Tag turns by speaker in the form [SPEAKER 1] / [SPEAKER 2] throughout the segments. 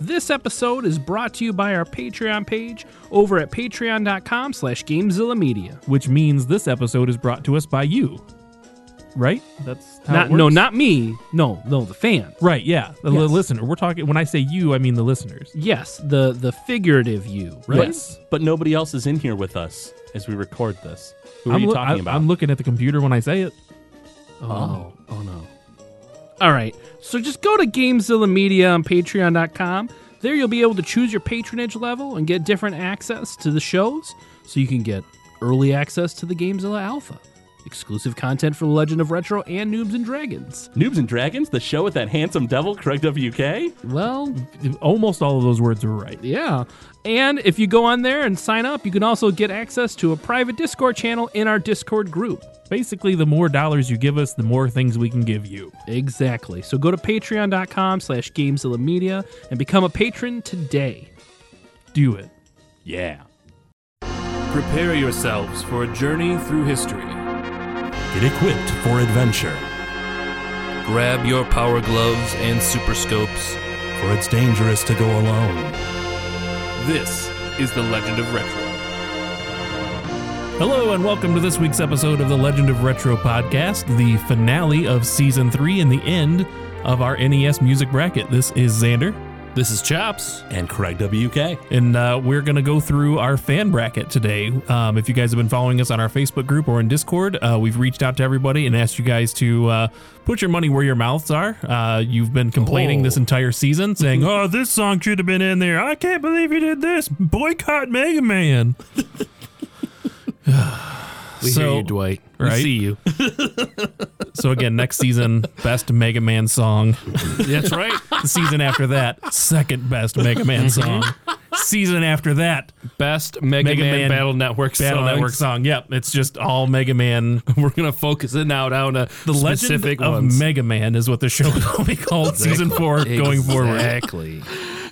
[SPEAKER 1] This episode is brought to you by our Patreon page over at patreon.com slash GameZilla Media.
[SPEAKER 2] which means this episode is brought to us by you. Right? That's how
[SPEAKER 1] Not,
[SPEAKER 2] it works?
[SPEAKER 1] no, not me. No, no, the fans.
[SPEAKER 2] right. Yeah, the li-
[SPEAKER 1] Yes.
[SPEAKER 2] listener. We're talking. When I say you, I mean the listeners.
[SPEAKER 1] Yes, the the figurative you, right?
[SPEAKER 3] Yes, but nobody else is in here with us as we record this. Who are
[SPEAKER 2] I'm
[SPEAKER 3] you
[SPEAKER 2] loo-
[SPEAKER 3] talking
[SPEAKER 2] I-
[SPEAKER 3] about?
[SPEAKER 2] I'm looking at the computer when I say it.
[SPEAKER 1] Oh, oh no. All right. So just go to GameZilla Media on patreon.com. There you'll be able to choose your patronage level and get different access to the shows. So you can get early access to the GameZilla Alpha, exclusive content for The Legend of Retro and Noobs and Dragons.
[SPEAKER 3] Noobs and Dragons, the show with that handsome devil, Craig WK.
[SPEAKER 1] Well,
[SPEAKER 2] Almost all of those words were right.
[SPEAKER 1] yeah. And if you go on there and sign up, you can also get access to a private Discord channel in our Discord group.
[SPEAKER 2] Basically, the more dollars you give us, the more things we can give you.
[SPEAKER 1] Exactly. So go to patreon.com slash GameZilla Media and become a patron today.
[SPEAKER 2] Do it.
[SPEAKER 3] Yeah.
[SPEAKER 4] Prepare yourselves for a journey through history.
[SPEAKER 5] Get equipped for adventure,
[SPEAKER 4] Grab your power gloves and super scopes.
[SPEAKER 5] for it's dangerous to go alone.
[SPEAKER 4] This is The Legend of Retro.
[SPEAKER 2] Hello, and welcome to this week's episode of the Legend of Retro podcast, the finale of season three and the end of our NES music bracket. This is Xander.
[SPEAKER 4] This is Chops.
[SPEAKER 5] And Craig WK.
[SPEAKER 2] And uh, we're going to go through our fan bracket today. Um, if you guys have been following us on our Facebook group or in Discord, uh, we've reached out to everybody and asked you guys to uh, put your money where your mouths are. Uh, you've been complaining this entire season, saying, oh, this song should have been in there. I can't believe you did this. Boycott Mega Man.
[SPEAKER 4] We
[SPEAKER 2] So-
[SPEAKER 4] hear you, Dwight.
[SPEAKER 2] Right?
[SPEAKER 4] We see you.
[SPEAKER 2] So, again, next season, best Mega Man song.
[SPEAKER 4] That's right.
[SPEAKER 2] The season after that, second best Mega Man song. season after that,
[SPEAKER 4] Best Mega,
[SPEAKER 2] Mega
[SPEAKER 4] Man,
[SPEAKER 2] Man
[SPEAKER 4] Battle Network
[SPEAKER 2] Battle
[SPEAKER 4] song.
[SPEAKER 2] Network song. Yep, it's just all Mega Man.
[SPEAKER 4] We're going to focus it now down to
[SPEAKER 2] The
[SPEAKER 4] specific
[SPEAKER 2] Legend
[SPEAKER 4] ones.
[SPEAKER 2] of Mega Man is what the show will be called season four going forward.
[SPEAKER 4] Exactly.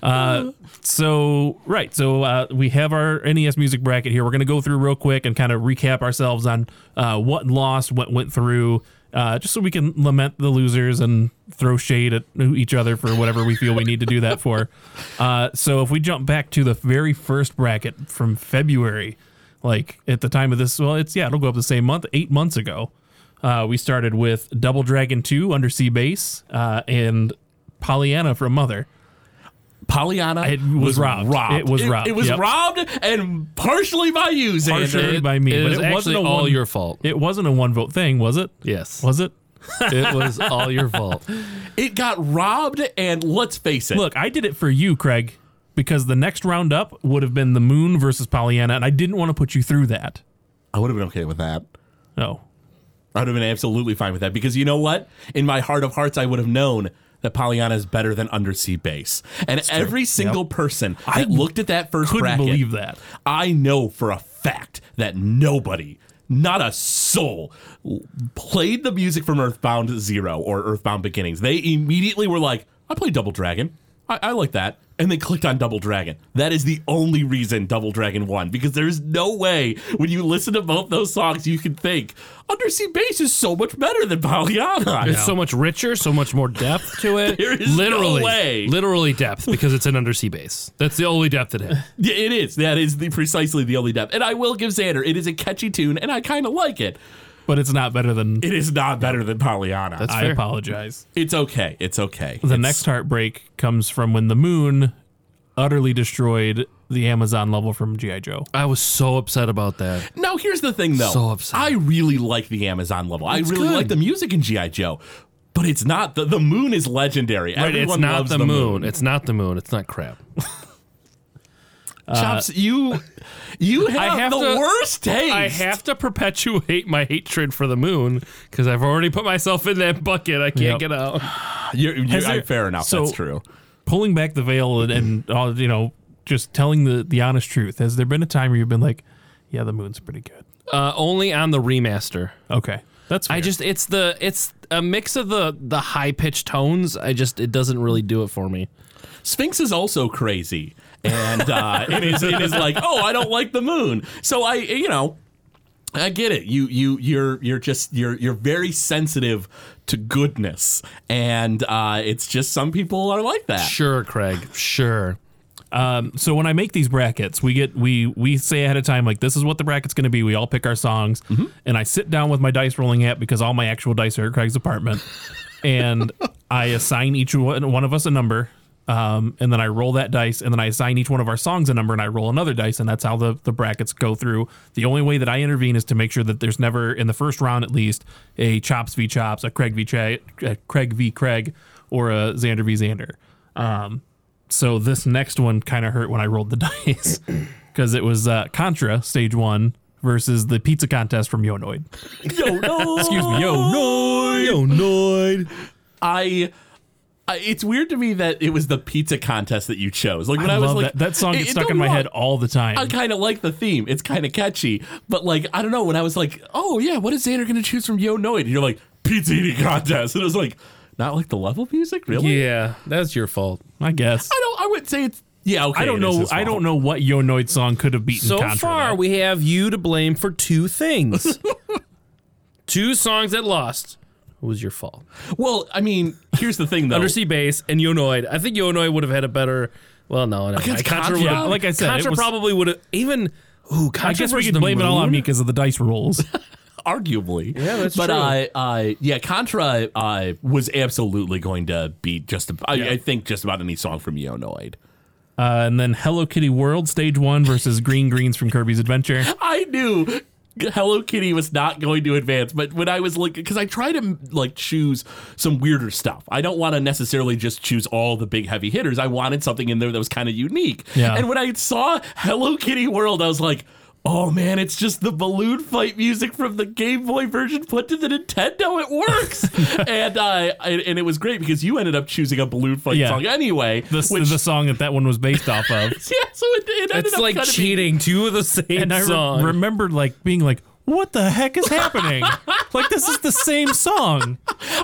[SPEAKER 2] Uh, so right, so uh, we have our NES music bracket here. We're going to go through real quick and kind of recap ourselves on uh, what lost, what went through, uh, just so we can lament the losers and throw shade at each other for whatever we feel we need to do that for. Uh, so if we jump back to the very first bracket from February, like at the time of this, well, it's yeah, it'll go up the same month, eight months ago. Uh, we started with Double Dragon 2 Undersea Base uh, and Pollyanna from Mother.
[SPEAKER 3] Pollyanna
[SPEAKER 2] It was robbed. It was robbed,
[SPEAKER 3] It was
[SPEAKER 2] yep.
[SPEAKER 3] robbed and partially by you, Xander.
[SPEAKER 2] Partially by me,
[SPEAKER 4] it
[SPEAKER 2] but
[SPEAKER 4] is
[SPEAKER 2] it wasn't
[SPEAKER 4] actually
[SPEAKER 2] a one-
[SPEAKER 4] all your fault.
[SPEAKER 2] It wasn't a one vote thing, was it?
[SPEAKER 4] yes.
[SPEAKER 2] Was it?
[SPEAKER 4] it was all your fault.
[SPEAKER 3] It got robbed, and let's face it.
[SPEAKER 2] Look, I did it for you, Craig, because the next roundup would have been the moon versus Pollyanna, and I didn't want to put you through that.
[SPEAKER 3] I would have been okay with that.
[SPEAKER 2] No.
[SPEAKER 3] I would have been absolutely fine with that because you know what? In my heart of hearts, I would have known that Pollyanna is better than Undersea Base. And every single person that looked at that first
[SPEAKER 2] Couldn't
[SPEAKER 3] bracket,
[SPEAKER 2] believe that.
[SPEAKER 3] I know for a fact that nobody, not a soul, l- played the music from Earthbound Zero or Earthbound Beginnings. They immediately were like, I play Double Dragon. I, I like that. And they clicked on Double Dragon. That is the only reason Double Dragon won because there's no way when you listen to both those songs you can think Undersea Bass is so much better than Pollyanna.
[SPEAKER 4] It's so much richer, so much more depth to it.
[SPEAKER 3] There is no
[SPEAKER 4] literally,
[SPEAKER 3] way.
[SPEAKER 4] literally depth because it's an undersea base. That's the only depth it has.
[SPEAKER 3] Yeah, it is. That is the precisely the only depth. And I will give Xander, it is a catchy tune and I kind of like it.
[SPEAKER 2] But it's not better than
[SPEAKER 3] It is not better than Pollyanna.
[SPEAKER 4] That's
[SPEAKER 2] I
[SPEAKER 4] fair.
[SPEAKER 2] apologize.
[SPEAKER 3] It's okay. It's okay.
[SPEAKER 2] The next heartbreak comes from when the moon utterly destroyed the Amazon level from G.I. Joe.
[SPEAKER 4] I was so upset about that.
[SPEAKER 3] Now here's the thing though.
[SPEAKER 4] So upset.
[SPEAKER 3] I really like the Amazon level. I really
[SPEAKER 4] good.
[SPEAKER 3] like the music in GI Joe. But it's not the the moon is legendary.
[SPEAKER 4] Right,
[SPEAKER 3] Everyone
[SPEAKER 4] it's not
[SPEAKER 3] loves
[SPEAKER 4] the, moon. It's not the moon. It's not crap.
[SPEAKER 3] Chops, you you have,
[SPEAKER 4] Uh, have
[SPEAKER 3] the
[SPEAKER 4] to-
[SPEAKER 3] worst taste.
[SPEAKER 4] I have to perpetuate my hatred for the moon because I've already put myself in that bucket. I can't
[SPEAKER 2] Yep.
[SPEAKER 4] get out.
[SPEAKER 3] You're, you're,
[SPEAKER 2] Has
[SPEAKER 3] I-
[SPEAKER 2] there-
[SPEAKER 3] fair enough.
[SPEAKER 2] so-
[SPEAKER 3] that's true.
[SPEAKER 2] Pulling back the veil and, and all, you know, just telling the, the honest truth. Has there been a time where you've been like, yeah, the moon's pretty good?
[SPEAKER 4] Uh, only on the remaster.
[SPEAKER 2] Okay. That's fair.
[SPEAKER 4] I just it's the it's a mix of the the high pitched tones. I just it doesn't really do it for me.
[SPEAKER 3] Sphinx is also crazy, and uh, it is it is like, oh, I don't like the moon. So I, you know, I get it. You you you're you're just you're you're very sensitive to goodness, and uh, it's just some people are like that.
[SPEAKER 4] Sure, Craig. Sure.
[SPEAKER 2] Um, so when I make these brackets, we get we we say ahead of time like this is what the bracket's going to be. We all pick our songs, and I sit down with my dice rolling app because all my actual dice are at Craig's apartment, and I assign each one, one of us a number, um, and then I roll that dice, and then I assign each one of our songs a number, and I roll another dice, and that's how the the brackets go through. The only way that I intervene is to make sure that there's never in the first round at least a Chops v Chops, a Craig v Craig, a Craig v Craig, or a Xander v Xander. Um, so this next one kind of hurt when I rolled the dice because it was uh, Contra Stage One versus the pizza contest from Yonoid.
[SPEAKER 3] Excuse me, yo, noid, yo, noid. I, I. It's weird to me that it was the pizza contest that you chose. Like when I,
[SPEAKER 2] I,
[SPEAKER 3] was
[SPEAKER 2] love
[SPEAKER 3] like,
[SPEAKER 2] that. that song
[SPEAKER 3] It-
[SPEAKER 2] gets
[SPEAKER 3] it
[SPEAKER 2] stuck
[SPEAKER 3] don't
[SPEAKER 2] in my
[SPEAKER 3] want-
[SPEAKER 2] head all the time.
[SPEAKER 3] I kind of like the theme. It's kind of catchy, but like I don't know. When I was like, "Oh yeah, what is Xander gonna choose from Yo Noid?" And you're like, "Pizza eating contest," and it was like, "Not like the level music, really?"
[SPEAKER 4] Yeah, that's your fault.
[SPEAKER 2] I guess
[SPEAKER 3] I don't. I would say it's yeah. Okay,
[SPEAKER 2] I don't know. I don't know what Yonoid song could have beaten.
[SPEAKER 4] So
[SPEAKER 2] Contra,
[SPEAKER 4] far,
[SPEAKER 2] though.
[SPEAKER 4] we have you to blame for two things. two songs that lost. It was your fault.
[SPEAKER 3] Well, I mean, here's the thing though.
[SPEAKER 4] Undersea Bass and Yonoid. I think Yonoid would have had a better. Well, no, no.
[SPEAKER 3] Against Contra?
[SPEAKER 4] would've-
[SPEAKER 3] Yeah,
[SPEAKER 2] like I said, it
[SPEAKER 4] Contra
[SPEAKER 2] was-
[SPEAKER 4] probably would have even. Ooh, Contra
[SPEAKER 2] I guess we
[SPEAKER 4] versus
[SPEAKER 2] could
[SPEAKER 4] the
[SPEAKER 2] blame it all on
[SPEAKER 4] Moon?
[SPEAKER 2] me because of the dice rolls.
[SPEAKER 3] arguably.
[SPEAKER 4] Yeah, that's
[SPEAKER 3] but
[SPEAKER 4] true.
[SPEAKER 3] But uh, uh, yeah, Contra uh, was absolutely going to beat just. ab- I, I think just about any song from Yonoid.
[SPEAKER 2] Uh, and then Hello Kitty World Stage One versus Green Greens from Kirby's Adventure.
[SPEAKER 3] I knew Hello Kitty was not going to advance, but when I was like, because I try to like choose some weirder stuff. I don't want to necessarily just choose all the big heavy hitters. I wanted something in there that was kind of unique.
[SPEAKER 2] Yeah.
[SPEAKER 3] And when I saw Hello Kitty World, I was like. Oh man, it's just the balloon fight music from the Game Boy version put to the Nintendo. It works, and uh, and, and it was great because you ended up choosing a balloon fight
[SPEAKER 2] Yeah.
[SPEAKER 3] song anyway.
[SPEAKER 2] The,
[SPEAKER 3] which,
[SPEAKER 2] the song that that one was based off of.
[SPEAKER 3] yeah, so it, it ended
[SPEAKER 4] It's
[SPEAKER 3] up
[SPEAKER 4] like
[SPEAKER 3] kinda being-
[SPEAKER 4] cheating. Two of the same
[SPEAKER 2] and I re-
[SPEAKER 4] song.
[SPEAKER 2] remembered like being like, "What the heck is happening? like this is the same song."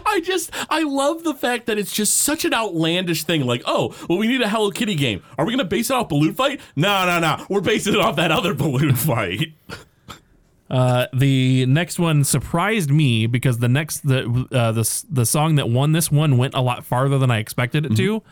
[SPEAKER 3] I just I love the fact that it's just such an outlandish thing. Like, oh, well, we need a Hello Kitty game. Are we gonna base it off balloon fight? No, no, no. We're basing it off that other balloon fight.
[SPEAKER 2] Uh, the next one surprised me because the next the uh, the s- the song that won this one went a lot farther than I expected it to.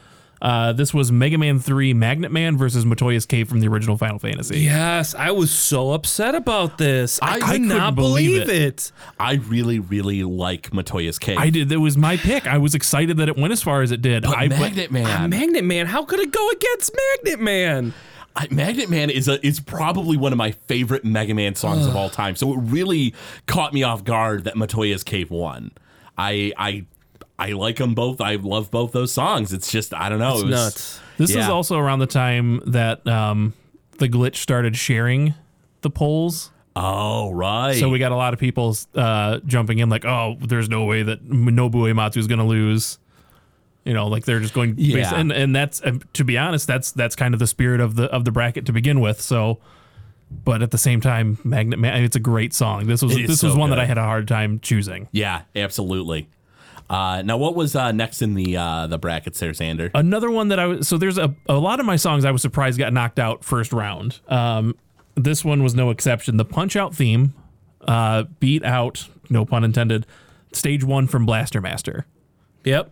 [SPEAKER 2] Uh, this was Mega Man Three Magnet Man versus Matoya's Cave from the original Final Fantasy.
[SPEAKER 4] Yes, I was so upset about this. I, could
[SPEAKER 2] couldn't
[SPEAKER 4] not
[SPEAKER 2] believe
[SPEAKER 4] believe it.
[SPEAKER 3] I really, really like Matoya's cake.
[SPEAKER 2] I did. That was my pick. I was excited that it went as far as it did. I but-
[SPEAKER 3] Magnet Man.
[SPEAKER 4] Magnet Man, how could it go against Magnet Man?
[SPEAKER 3] I, Magnet Man is a is probably one of my favorite Mega Man songs of all time. So it really caught me off guard that Matoya's Cave won. I I I like them both. I love both those songs. It's just I don't know. it was,
[SPEAKER 4] Nuts.
[SPEAKER 2] This is
[SPEAKER 3] Yeah.
[SPEAKER 2] also around the time that um, the glitch started sharing the polls.
[SPEAKER 3] Oh right.
[SPEAKER 2] So we got a lot of people uh, jumping in, like, "Oh, there's no way that Nobu Ematsu is going to lose." You know, like they're just going,
[SPEAKER 3] Yeah.
[SPEAKER 2] based- and and that's uh, to be honest, that's that's kind of the spirit of the of the bracket to begin with. So, but at the same time, Magnet Man, it's a great song. This was
[SPEAKER 3] It is
[SPEAKER 2] this was
[SPEAKER 3] so
[SPEAKER 2] one that
[SPEAKER 3] good.
[SPEAKER 2] I had a hard time choosing.
[SPEAKER 3] Yeah, absolutely. Uh, now, what was uh, next in the uh, the brackets there, Xander?
[SPEAKER 2] another one that I was so there's a, a lot of my songs I was surprised got knocked out first round. Um, this one was no exception. The Punch Out theme uh, beat out, no pun intended, stage one from Blaster Master.
[SPEAKER 4] Yep.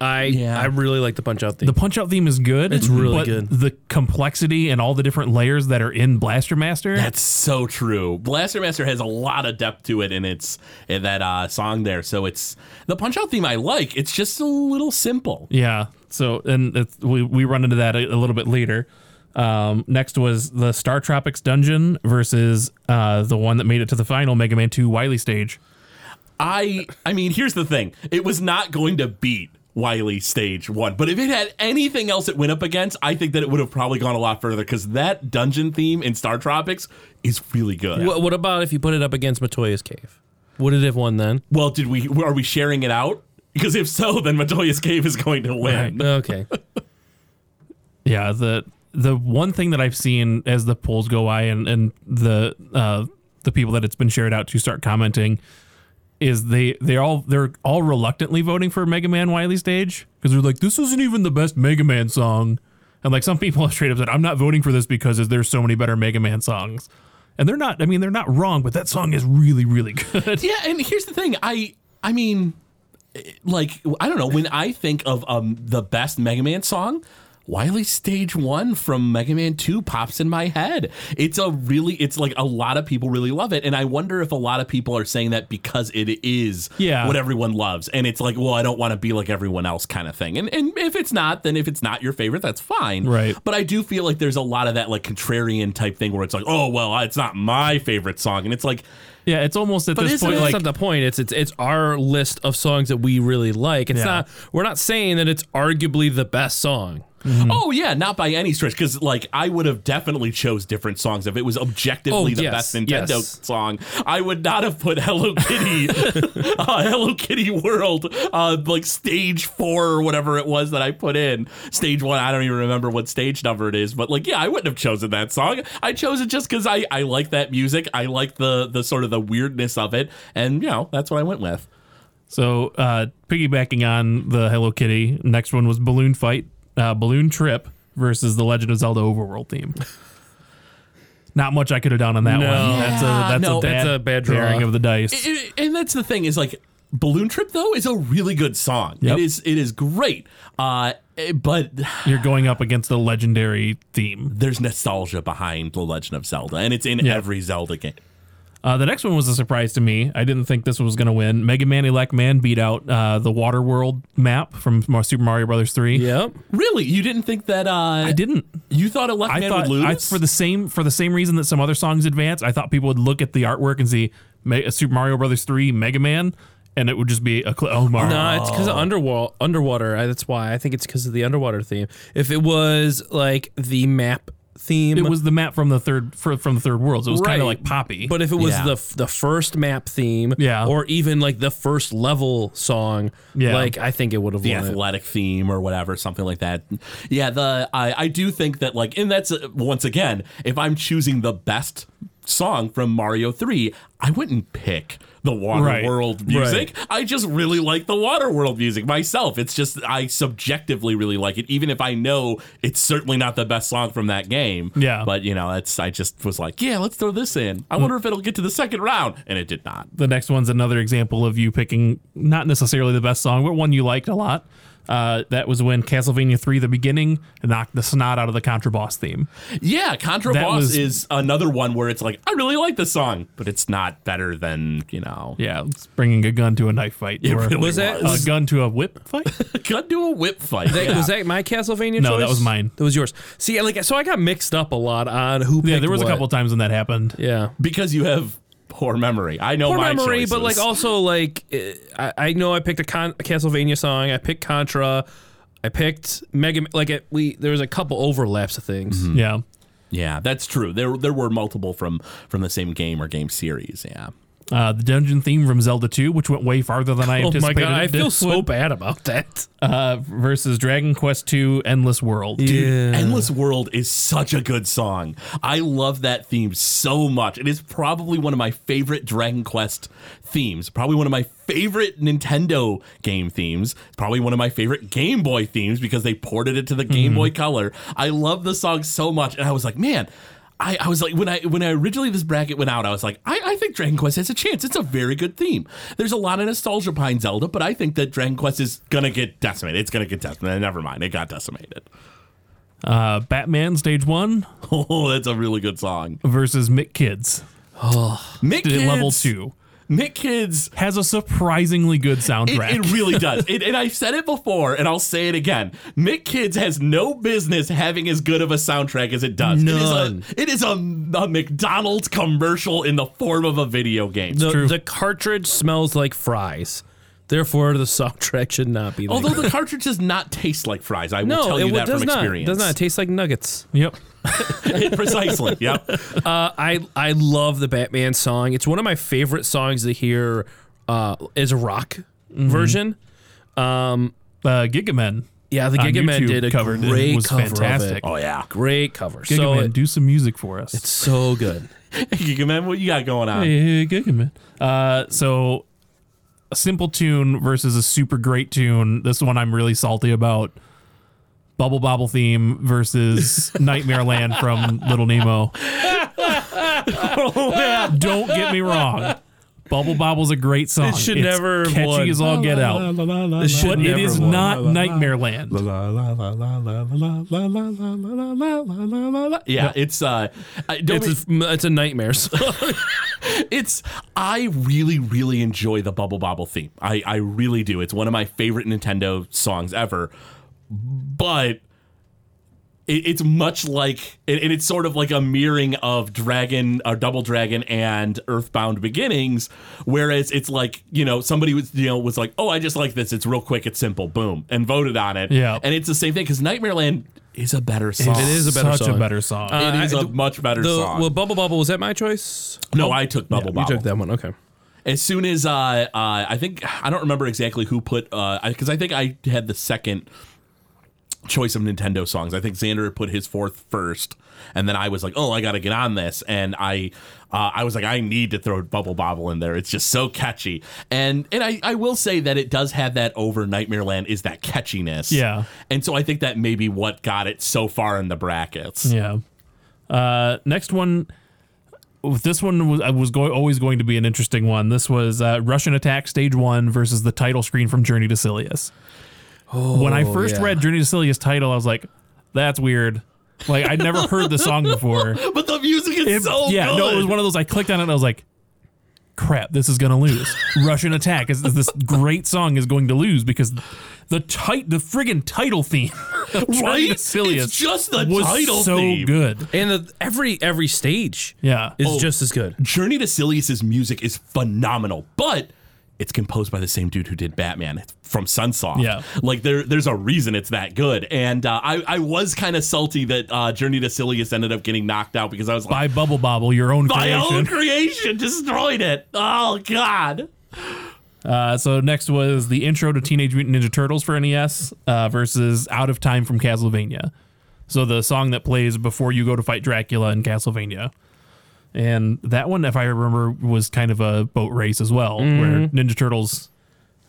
[SPEAKER 4] I I really like the punch out thing.
[SPEAKER 2] The Punch Out theme is good. It's
[SPEAKER 4] really
[SPEAKER 2] but
[SPEAKER 4] good.
[SPEAKER 2] The complexity and all the different layers that are in Blaster Master.
[SPEAKER 3] That's so true. Blaster Master has a lot of depth to it in its in that uh, song there. So it's the punch out theme I like. It's just a little simple.
[SPEAKER 2] yeah. So and it's, we we run into that a, a little bit later. Um, next was the Star Tropics dungeon versus uh, the one that made it to the final Mega Man 2 Wily stage.
[SPEAKER 3] I I mean, here's the thing. It was not going to beat Wily Stage One, but if it had anything else it went up against, I think that it would have probably gone a lot further because that dungeon theme in Star Tropics is really good.
[SPEAKER 4] what, what about if you put it up against Matoya's Cave? Would it have won then?
[SPEAKER 3] Well, did we are we sharing it out? Because if so, then Matoya's Cave is going to win.
[SPEAKER 2] Right.
[SPEAKER 4] Okay.
[SPEAKER 2] Yeah, the the one thing that I've seen as the polls go by and and the uh, the people that it's been shared out to start commenting is they they all they're all reluctantly voting for Mega Man Wily Stage because they're like this isn't even the best Mega Man song, and like some people have straight up said I'm not voting for this because there's so many better Mega Man songs, And they're not, I mean, they're not wrong, but that song is really, really good.
[SPEAKER 3] Yeah, and here's the thing. I I mean, eh, like I don't know when I think of um the best Mega Man song. Wily Stage 1 from Mega Man 2 pops in my head. It's a really, it's like a lot of people really love it. And I wonder if a lot of people are saying that because it is
[SPEAKER 2] Yeah.
[SPEAKER 3] what everyone loves. And it's like, well, I don't want to be like everyone else kind of thing. And, and if it's not, then if it's not your favorite, that's fine.
[SPEAKER 2] Right.
[SPEAKER 3] But I do feel like there's a lot of that like contrarian type thing where it's like, oh, well, it's not my favorite song. And it's like,
[SPEAKER 2] yeah, it's almost at this
[SPEAKER 4] But
[SPEAKER 2] point
[SPEAKER 4] that's
[SPEAKER 2] like
[SPEAKER 4] not the point. It's it's it's our list of songs that we really like. It's
[SPEAKER 2] Yeah.
[SPEAKER 4] not. We're not saying that it's arguably the best song.
[SPEAKER 3] Oh yeah, not by any stretch. Because like I would have definitely chose different songs if it was objectively
[SPEAKER 4] Oh,
[SPEAKER 3] the
[SPEAKER 4] yes,
[SPEAKER 3] best Nintendo
[SPEAKER 4] yes.
[SPEAKER 3] song. I would not have put Hello Kitty, uh, Hello Kitty World, uh, like stage four or whatever it was that I put in. Stage one, I don't even remember what stage number it is, but like yeah, I wouldn't have chosen that song. I chose it just because I I like that music. I like the the sort of the weirdness of it, and you know that's what I went with.
[SPEAKER 2] So, uh, piggybacking on the Hello Kitty, next one was Balloon Fight, uh, Balloon Trip versus the Legend of Zelda Overworld theme. Not much I could have done on that
[SPEAKER 4] No.
[SPEAKER 2] one. That's a that's
[SPEAKER 3] No.
[SPEAKER 2] a bad,
[SPEAKER 4] That's a bad draw.
[SPEAKER 2] pairing of the dice.
[SPEAKER 3] And- and that's the thing is like balloon trip though is a really good song
[SPEAKER 2] Yep.
[SPEAKER 3] it is it is great uh eh, but
[SPEAKER 2] You're going up against the legendary theme.
[SPEAKER 3] there's nostalgia behind the legend of zelda and it's in every zelda game
[SPEAKER 2] Uh, the next one was a surprise to me. I didn't think this one was going to win. Mega Man Elect Man beat out uh, the Waterworld map from Super Mario Brothers Three.
[SPEAKER 4] Yep.
[SPEAKER 3] really you didn't think that uh
[SPEAKER 2] I didn't.
[SPEAKER 3] you thought a left
[SPEAKER 2] I
[SPEAKER 3] man
[SPEAKER 2] thought
[SPEAKER 3] would lose
[SPEAKER 2] I, for the same for the same reason that some other songs advance. I thought people would look at the artwork and see Me- Super Mario Brothers three, Mega Man, and it would just be a cl- oh Mario.
[SPEAKER 4] No, it's because of underwater. Underwater. I- That's why I think it's because of the underwater theme. If it was like the map theme,
[SPEAKER 2] it was the map from the third fr- from the third world. So it was kind
[SPEAKER 4] Right.
[SPEAKER 2] of like poppy.
[SPEAKER 4] But if it was
[SPEAKER 3] Yeah.
[SPEAKER 4] the the first map theme,
[SPEAKER 2] Yeah.
[SPEAKER 4] or even like the first level song,
[SPEAKER 2] Yeah.
[SPEAKER 4] like I think it would have
[SPEAKER 3] the
[SPEAKER 4] won. it.
[SPEAKER 3] athletic theme or whatever, something like that. Yeah, the I, I do think that like, and that's uh, once again, if I'm choosing the best song from Mario Three, I wouldn't pick the Water
[SPEAKER 2] Right,
[SPEAKER 3] World music. I just really like the Water World music myself. It's just I subjectively really like it, even if I know it's certainly not the best song from that game.
[SPEAKER 2] Yeah. Mm.
[SPEAKER 3] but you know, that's I just was like, yeah, let's throw this in. I wonder if it'll get to the second round, and it did not.
[SPEAKER 2] the next one's another example of you picking not necessarily the best song, but one you liked a lot. Uh, that was when Castlevania three, the beginning, knocked the snot out of the contraboss theme.
[SPEAKER 3] Yeah, Contra
[SPEAKER 2] That
[SPEAKER 3] Boss
[SPEAKER 2] was-
[SPEAKER 3] is another one where it's like, I really like this song, but it's not better than, you know,
[SPEAKER 2] Yeah, it's bringing a gun to a knife fight. or
[SPEAKER 3] really
[SPEAKER 4] Was that
[SPEAKER 2] a gun to a whip fight?
[SPEAKER 3] gun to a whip fight.
[SPEAKER 4] That-
[SPEAKER 3] yeah.
[SPEAKER 4] Was that my Castlevania?
[SPEAKER 2] No,
[SPEAKER 4] choice?
[SPEAKER 2] that was mine.
[SPEAKER 4] That was yours. See, like, so I got mixed up a lot on who.
[SPEAKER 2] yeah,
[SPEAKER 4] picked
[SPEAKER 2] there was a
[SPEAKER 4] what.
[SPEAKER 2] couple times when that happened.
[SPEAKER 4] Yeah,
[SPEAKER 3] because you have poor memory. I know
[SPEAKER 4] poor
[SPEAKER 3] my
[SPEAKER 4] memory,
[SPEAKER 3] choices.
[SPEAKER 4] but like also like eh, I, I know I picked a, Con- a Castlevania song. I picked Contra. I picked Mega. Ma- Like it, we there was a couple overlaps of things.
[SPEAKER 2] Yeah.
[SPEAKER 3] yeah, that's true. There there were multiple from from the same game or game series. Yeah.
[SPEAKER 2] Uh, the dungeon theme from Zelda 2, which went way farther than I
[SPEAKER 4] Oh my
[SPEAKER 2] anticipated.
[SPEAKER 4] god, I
[SPEAKER 2] it
[SPEAKER 4] feel
[SPEAKER 2] did,
[SPEAKER 4] so bad about that.
[SPEAKER 2] Uh, versus Dragon Quest 2 Endless World.
[SPEAKER 3] Dude, Endless World is such a good song. I love that theme so much. It is probably one of my favorite Dragon Quest themes, probably one of my favorite Nintendo game themes, probably one of my favorite Game Boy themes because they ported it to the Game Boy Color. I love the song so much. And I was like, man. I, I was like when I when I originally this bracket went out, I was like, I, I think Dragon Quest has a chance. It's a very good theme. There's a lot of nostalgia behind Zelda, but I think that Dragon Quest is gonna get decimated. It's gonna get decimated. Never mind, it got decimated.
[SPEAKER 2] Uh, Batman Stage 1
[SPEAKER 3] Oh, that's a really good song.
[SPEAKER 2] versus Mick Kids.
[SPEAKER 3] Mick
[SPEAKER 2] Did
[SPEAKER 3] Kids,
[SPEAKER 2] it level 2.
[SPEAKER 3] Mick Kids.
[SPEAKER 2] Has a surprisingly good
[SPEAKER 3] It,
[SPEAKER 2] soundtrack.
[SPEAKER 3] it really does. It, and I've said it before, and I'll say it again. Mick Kids has no business having as good of a soundtrack as it does.
[SPEAKER 4] None.
[SPEAKER 3] It is, a, it is a, a McDonald's commercial in the form of a video game.
[SPEAKER 4] The,
[SPEAKER 2] true.
[SPEAKER 4] the cartridge smells like fries. Therefore, the soundtrack should not be. There.
[SPEAKER 3] Although the cartridge does not taste like fries, I will
[SPEAKER 4] no,
[SPEAKER 3] tell you
[SPEAKER 4] it
[SPEAKER 3] that
[SPEAKER 4] does
[SPEAKER 3] from
[SPEAKER 4] not.
[SPEAKER 3] experience.
[SPEAKER 4] Does not taste like nuggets.
[SPEAKER 2] yep.
[SPEAKER 3] precisely. Yep.
[SPEAKER 4] Uh, I I love the Batman song. It's one of my favorite songs to hear. Uh, is a rock
[SPEAKER 3] Mm-hmm.
[SPEAKER 4] version.
[SPEAKER 2] Uh, Gigaman.
[SPEAKER 4] Yeah, the
[SPEAKER 2] on
[SPEAKER 4] Giga Man
[SPEAKER 2] YouTube
[SPEAKER 4] did a
[SPEAKER 2] covered it. It
[SPEAKER 4] great
[SPEAKER 2] was
[SPEAKER 4] cover
[SPEAKER 2] fantastic.
[SPEAKER 4] of it.
[SPEAKER 3] Oh yeah.
[SPEAKER 4] Great cover.
[SPEAKER 2] Gigaman,
[SPEAKER 4] so it-
[SPEAKER 2] do some music for us.
[SPEAKER 4] so good.
[SPEAKER 3] Gigaman, what you got going on?
[SPEAKER 2] Hey, Gigaman. Uh, so a simple tune versus a super great tune. This one I'm really salty about. Bubble Bobble theme versus Nightmare Land from Little Nemo.
[SPEAKER 4] Oh,
[SPEAKER 2] Don't get me wrong. Bubble Bobble's a great song.
[SPEAKER 4] It should
[SPEAKER 2] It's
[SPEAKER 4] never have
[SPEAKER 2] catchy
[SPEAKER 4] won.
[SPEAKER 2] as all get out.
[SPEAKER 4] This should
[SPEAKER 2] But it
[SPEAKER 4] never
[SPEAKER 2] is
[SPEAKER 4] won.
[SPEAKER 2] not Nightmare Land.
[SPEAKER 3] Yeah, it's uh, I don't
[SPEAKER 4] It's a, it's a nightmare. So
[SPEAKER 3] it's I really really enjoy the Bubble Bobble theme. I I really do. It's one of my favorite Nintendo songs ever. But it, it's much like and and it's sort of like a mirroring of Dragon or Double Dragon and Earthbound Beginnings whereas it's like, you know, somebody was you know was like, "Oh, I just like this. It's real quick, it's simple." Boom. And voted on it.
[SPEAKER 2] Yeah.
[SPEAKER 3] And it's the same thing cuz Nightmareland is a better song.
[SPEAKER 4] It is a better
[SPEAKER 2] Such a
[SPEAKER 4] song.
[SPEAKER 2] better song.
[SPEAKER 4] Uh,
[SPEAKER 3] It is
[SPEAKER 4] I-
[SPEAKER 3] a much better
[SPEAKER 4] the,
[SPEAKER 3] song.
[SPEAKER 4] well, Bubble Bubble was that my choice?
[SPEAKER 3] no, I took Bubble Bobble.
[SPEAKER 4] You took that one. Okay.
[SPEAKER 3] As soon as uh, uh, I think I don't remember exactly who put because I think I had the second choice of Nintendo songs. I think Xander had put his fourth first, and then I was like, "Oh, I got to get on this," and I uh, I was like, "I need to throw Bubble Bobble in there. It's just so catchy." And and I, I will say that it does have that over Nightmare Land is that catchiness.
[SPEAKER 2] Yeah.
[SPEAKER 3] and so I think that may be what got it so far in the brackets.
[SPEAKER 2] Yeah. Uh, next one. This one was I was going always going to be an interesting one. This was uh, Russian Attack Stage One versus the title screen from Journey to Silius. when I first
[SPEAKER 4] yeah.
[SPEAKER 2] read Journey to Silius title, I was like, "That's weird." Like I'd never heard the song before.
[SPEAKER 3] But the music is
[SPEAKER 2] It-
[SPEAKER 3] so
[SPEAKER 2] yeah,
[SPEAKER 3] good.
[SPEAKER 2] no, it was one of those. I clicked on it and I was like, "Crap, this is gonna lose." Russian Attack is is this great song is going to lose because the tight the friggin' title theme, of Journey
[SPEAKER 3] Right?
[SPEAKER 2] to
[SPEAKER 3] It's
[SPEAKER 2] Silius
[SPEAKER 3] just the
[SPEAKER 2] was
[SPEAKER 3] title
[SPEAKER 2] so
[SPEAKER 3] theme.
[SPEAKER 2] good.
[SPEAKER 4] And the, every every stage
[SPEAKER 2] Yeah,
[SPEAKER 3] Oh.
[SPEAKER 4] is just as good.
[SPEAKER 3] Journey to Silius's music is phenomenal, but it's composed by the same dude who did Batman It's from Sunsoft.
[SPEAKER 2] Yeah.
[SPEAKER 3] like there, there's a reason it's that good. And uh, I, I was kind of salty that uh, Journey to Silius ended up getting knocked out because I was like,
[SPEAKER 2] by Bubble Bobble, your own
[SPEAKER 3] my
[SPEAKER 2] creation.
[SPEAKER 3] own creation destroyed it. Oh God.
[SPEAKER 2] Uh, so next was the intro to Teenage Mutant Ninja Turtles for NES uh, versus Out of Time from Castlevania. So the song that plays before you go to fight Dracula in Castlevania. And that one, if I remember, was kind of a boat race as well, where Ninja Turtles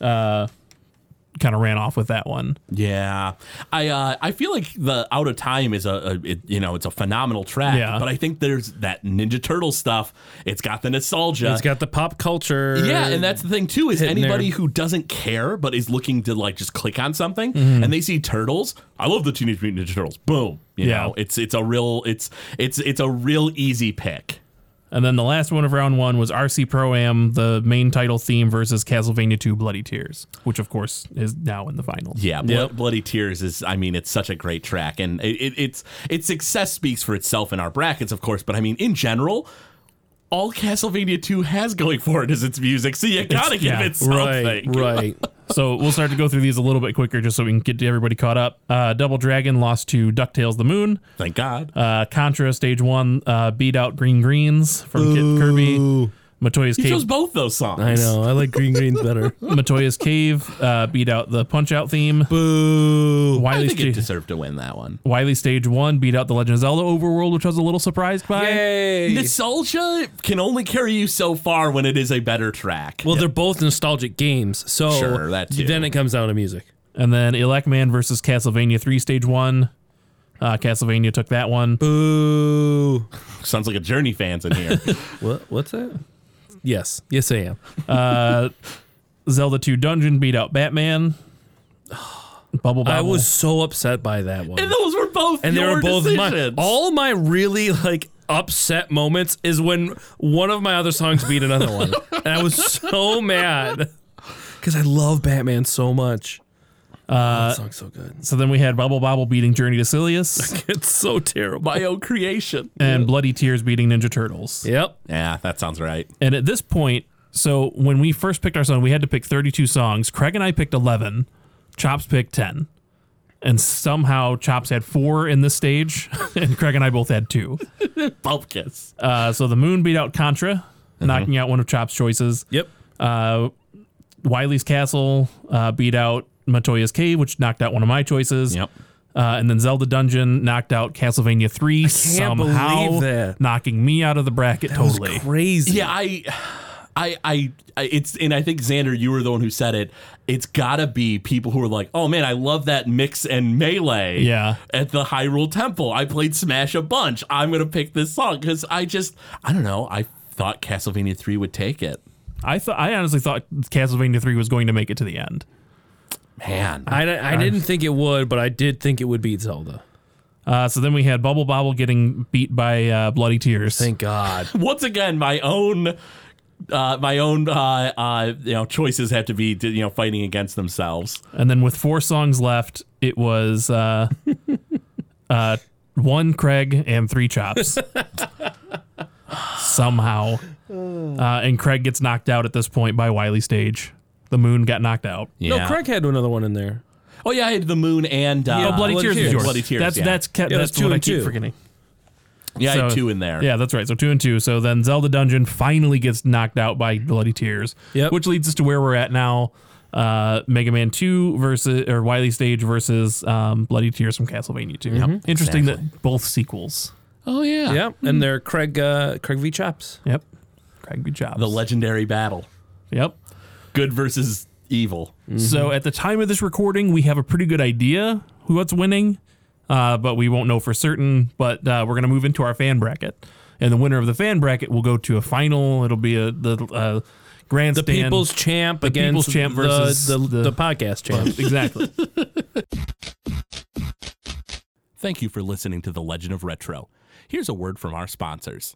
[SPEAKER 2] uh, kind of ran off with that one.
[SPEAKER 3] Yeah, I uh, I feel like the Out of Time is a, a it, you know it's a phenomenal track,
[SPEAKER 2] Yeah.
[SPEAKER 3] but I think there's that Ninja Turtle stuff. It's got the nostalgia.
[SPEAKER 4] It's got the pop culture.
[SPEAKER 3] Uh, Yeah, and that's the thing too is
[SPEAKER 4] hitting
[SPEAKER 3] anybody
[SPEAKER 4] there.
[SPEAKER 3] who doesn't care but is looking to like just click on something
[SPEAKER 4] Mm-hmm.
[SPEAKER 3] and they see turtles. I love the Teenage Mutant Ninja Turtles. Boom. You
[SPEAKER 2] Yeah.
[SPEAKER 3] know, it's it's a real it's it's it's a real easy pick.
[SPEAKER 2] And then the last one of round one was RC Pro Am, the main title theme versus Castlevania 2 Bloody Tears, which of course is now in the finals.
[SPEAKER 3] Yeah, Blo- Bloody Tears is I mean it's such a great track and it, it, it's its success speaks for itself in our brackets of course, but I mean in general all Castlevania 2 has going for it is its music. So you got to give
[SPEAKER 2] yeah,
[SPEAKER 3] it something.
[SPEAKER 4] right, right.
[SPEAKER 2] So we'll start to go through these a little bit quicker just so we can get to everybody caught up. Uh, Double Dragon lost to DuckTales the Moon.
[SPEAKER 3] Thank God.
[SPEAKER 2] Uh, Contra Stage 1 uh, beat out Green Greens from Kid Kirby. Matoya's
[SPEAKER 3] You chose
[SPEAKER 2] Cave,
[SPEAKER 3] both those songs.
[SPEAKER 4] I know. I like Green Greens better.
[SPEAKER 2] Matoya's Cave uh, beat out the Punch Out theme.
[SPEAKER 4] Boo.
[SPEAKER 3] I
[SPEAKER 2] Wily,
[SPEAKER 3] think it
[SPEAKER 2] sta-
[SPEAKER 3] deserved to win that one.
[SPEAKER 2] Wily Stage 1 beat out the Legend of Zelda Overworld, which I was a little surprised by.
[SPEAKER 4] Yay.
[SPEAKER 3] Nostalgia can only carry you so far when it is a better track.
[SPEAKER 4] well, they're both nostalgic games, so
[SPEAKER 3] Sure, that too.
[SPEAKER 4] then it comes down to music.
[SPEAKER 2] And then Elecman versus Castlevania 3 Stage 1. Uh, Castlevania took that one.
[SPEAKER 4] Boo.
[SPEAKER 3] sounds like a Journey fans in here.
[SPEAKER 4] What? What's that? Yes. Yes, I am.
[SPEAKER 2] Zelda 2 Dungeon beat out Batman. Bubble Bobble.
[SPEAKER 4] I was so upset by that one.
[SPEAKER 3] and those were both
[SPEAKER 4] and they
[SPEAKER 3] your
[SPEAKER 4] were both
[SPEAKER 3] decisions.
[SPEAKER 4] my all my really like upset moments is when one of my other songs beat another one and i was so mad because i love batman so much uh, that song's so good
[SPEAKER 2] So then we had Bubble Bobble beating Journey to Silius
[SPEAKER 4] it's so terrible
[SPEAKER 3] my own creation.
[SPEAKER 2] and Bloody Tears beating Ninja Turtles.
[SPEAKER 4] yep
[SPEAKER 3] Yeah, that sounds right.
[SPEAKER 2] And at this point, so when we first picked our song, we had to pick 32 songs. Craig and I picked 11, Chops picked 10. And somehow Chops had four in this stage, and Craig and I both had two.
[SPEAKER 3] Focus.
[SPEAKER 2] Uh, so the Moon beat out Contra, knocking out one of Chops' choices.
[SPEAKER 4] Mm-hmm. yep
[SPEAKER 2] Uh, Wiley's Castle uh, beat out Matoya's Cave, which knocked out one of my choices.
[SPEAKER 3] Yep.
[SPEAKER 2] Uh, and then Zelda Dungeon knocked out Castlevania 3
[SPEAKER 4] can't
[SPEAKER 2] somehow,
[SPEAKER 4] believe that.
[SPEAKER 2] knocking me out of the bracket totally.
[SPEAKER 4] crazy
[SPEAKER 3] Yeah, I I, I, I, it's, and I think Xander, you were the one who said it. It's gotta be people who are like, oh man, I love that mix and melee.
[SPEAKER 2] Yeah.
[SPEAKER 3] At the Hyrule Temple, I played Smash a bunch. I'm gonna pick this song because I just, I don't know. I thought Castlevania Three would take it.
[SPEAKER 2] I thought I honestly thought Castlevania three was going to make it to the end.
[SPEAKER 3] Man,
[SPEAKER 4] I, di- I didn't think it would, but I did think it would beat Zelda.
[SPEAKER 2] Uh, so then we had Bubble Bobble getting beat by uh, Bloody Tears.
[SPEAKER 4] Thank God.
[SPEAKER 3] once again, my own. Uh, my own, uh, uh, you know, choices have to be, you know, fighting against themselves.
[SPEAKER 2] And then with four songs left, it was uh, uh, one Craig and three Chops. Somehow. Uh, and Craig gets knocked out at this point by Wiley Stage. The moon got knocked out.
[SPEAKER 4] No, Craig had another one in there.
[SPEAKER 3] Oh yeah, I had the moon and uh,
[SPEAKER 2] Oh, Bloody, Tears is yours.
[SPEAKER 3] Bloody tears.
[SPEAKER 2] That's
[SPEAKER 3] yeah.
[SPEAKER 2] that's ca-
[SPEAKER 4] Yeah,
[SPEAKER 2] that's,
[SPEAKER 4] that's two
[SPEAKER 2] what I
[SPEAKER 4] and
[SPEAKER 2] keep
[SPEAKER 4] two.
[SPEAKER 2] forgetting.
[SPEAKER 3] yeah, I had
[SPEAKER 2] so-
[SPEAKER 3] two in there.
[SPEAKER 2] Yeah, that's right. So two and two. So then Zelda Dungeon finally gets knocked out by Bloody Tears.
[SPEAKER 4] Yep.
[SPEAKER 2] Which leads us to where we're at now. Uh, Mega Man Two versus or Wily Stage versus um, Bloody Tears from Castlevania Two.
[SPEAKER 4] Mm-hmm.
[SPEAKER 2] Interesting that both sequels.
[SPEAKER 3] Oh yeah.
[SPEAKER 4] Yeah, and they're Craig uh, Craig V Chops.
[SPEAKER 2] Yep. Craig, good job.
[SPEAKER 3] The legendary battle,
[SPEAKER 2] Yep.
[SPEAKER 3] good versus evil.
[SPEAKER 4] Mm-hmm.
[SPEAKER 2] So at the time of this recording, we have a pretty good idea who what's winning, uh, but we won't know for certain. But uh, we're gonna move into our fan bracket, and the winner of the fan bracket will go to a final. It'll be a the uh,
[SPEAKER 4] The
[SPEAKER 2] grandstand.
[SPEAKER 4] People's Champ against
[SPEAKER 2] People's Champ
[SPEAKER 4] the-
[SPEAKER 2] versus
[SPEAKER 4] the,
[SPEAKER 2] the-
[SPEAKER 4] the, podcast champ.
[SPEAKER 2] exactly.
[SPEAKER 3] Thank you for listening to the Legend of Retro. Here's a word from our sponsors.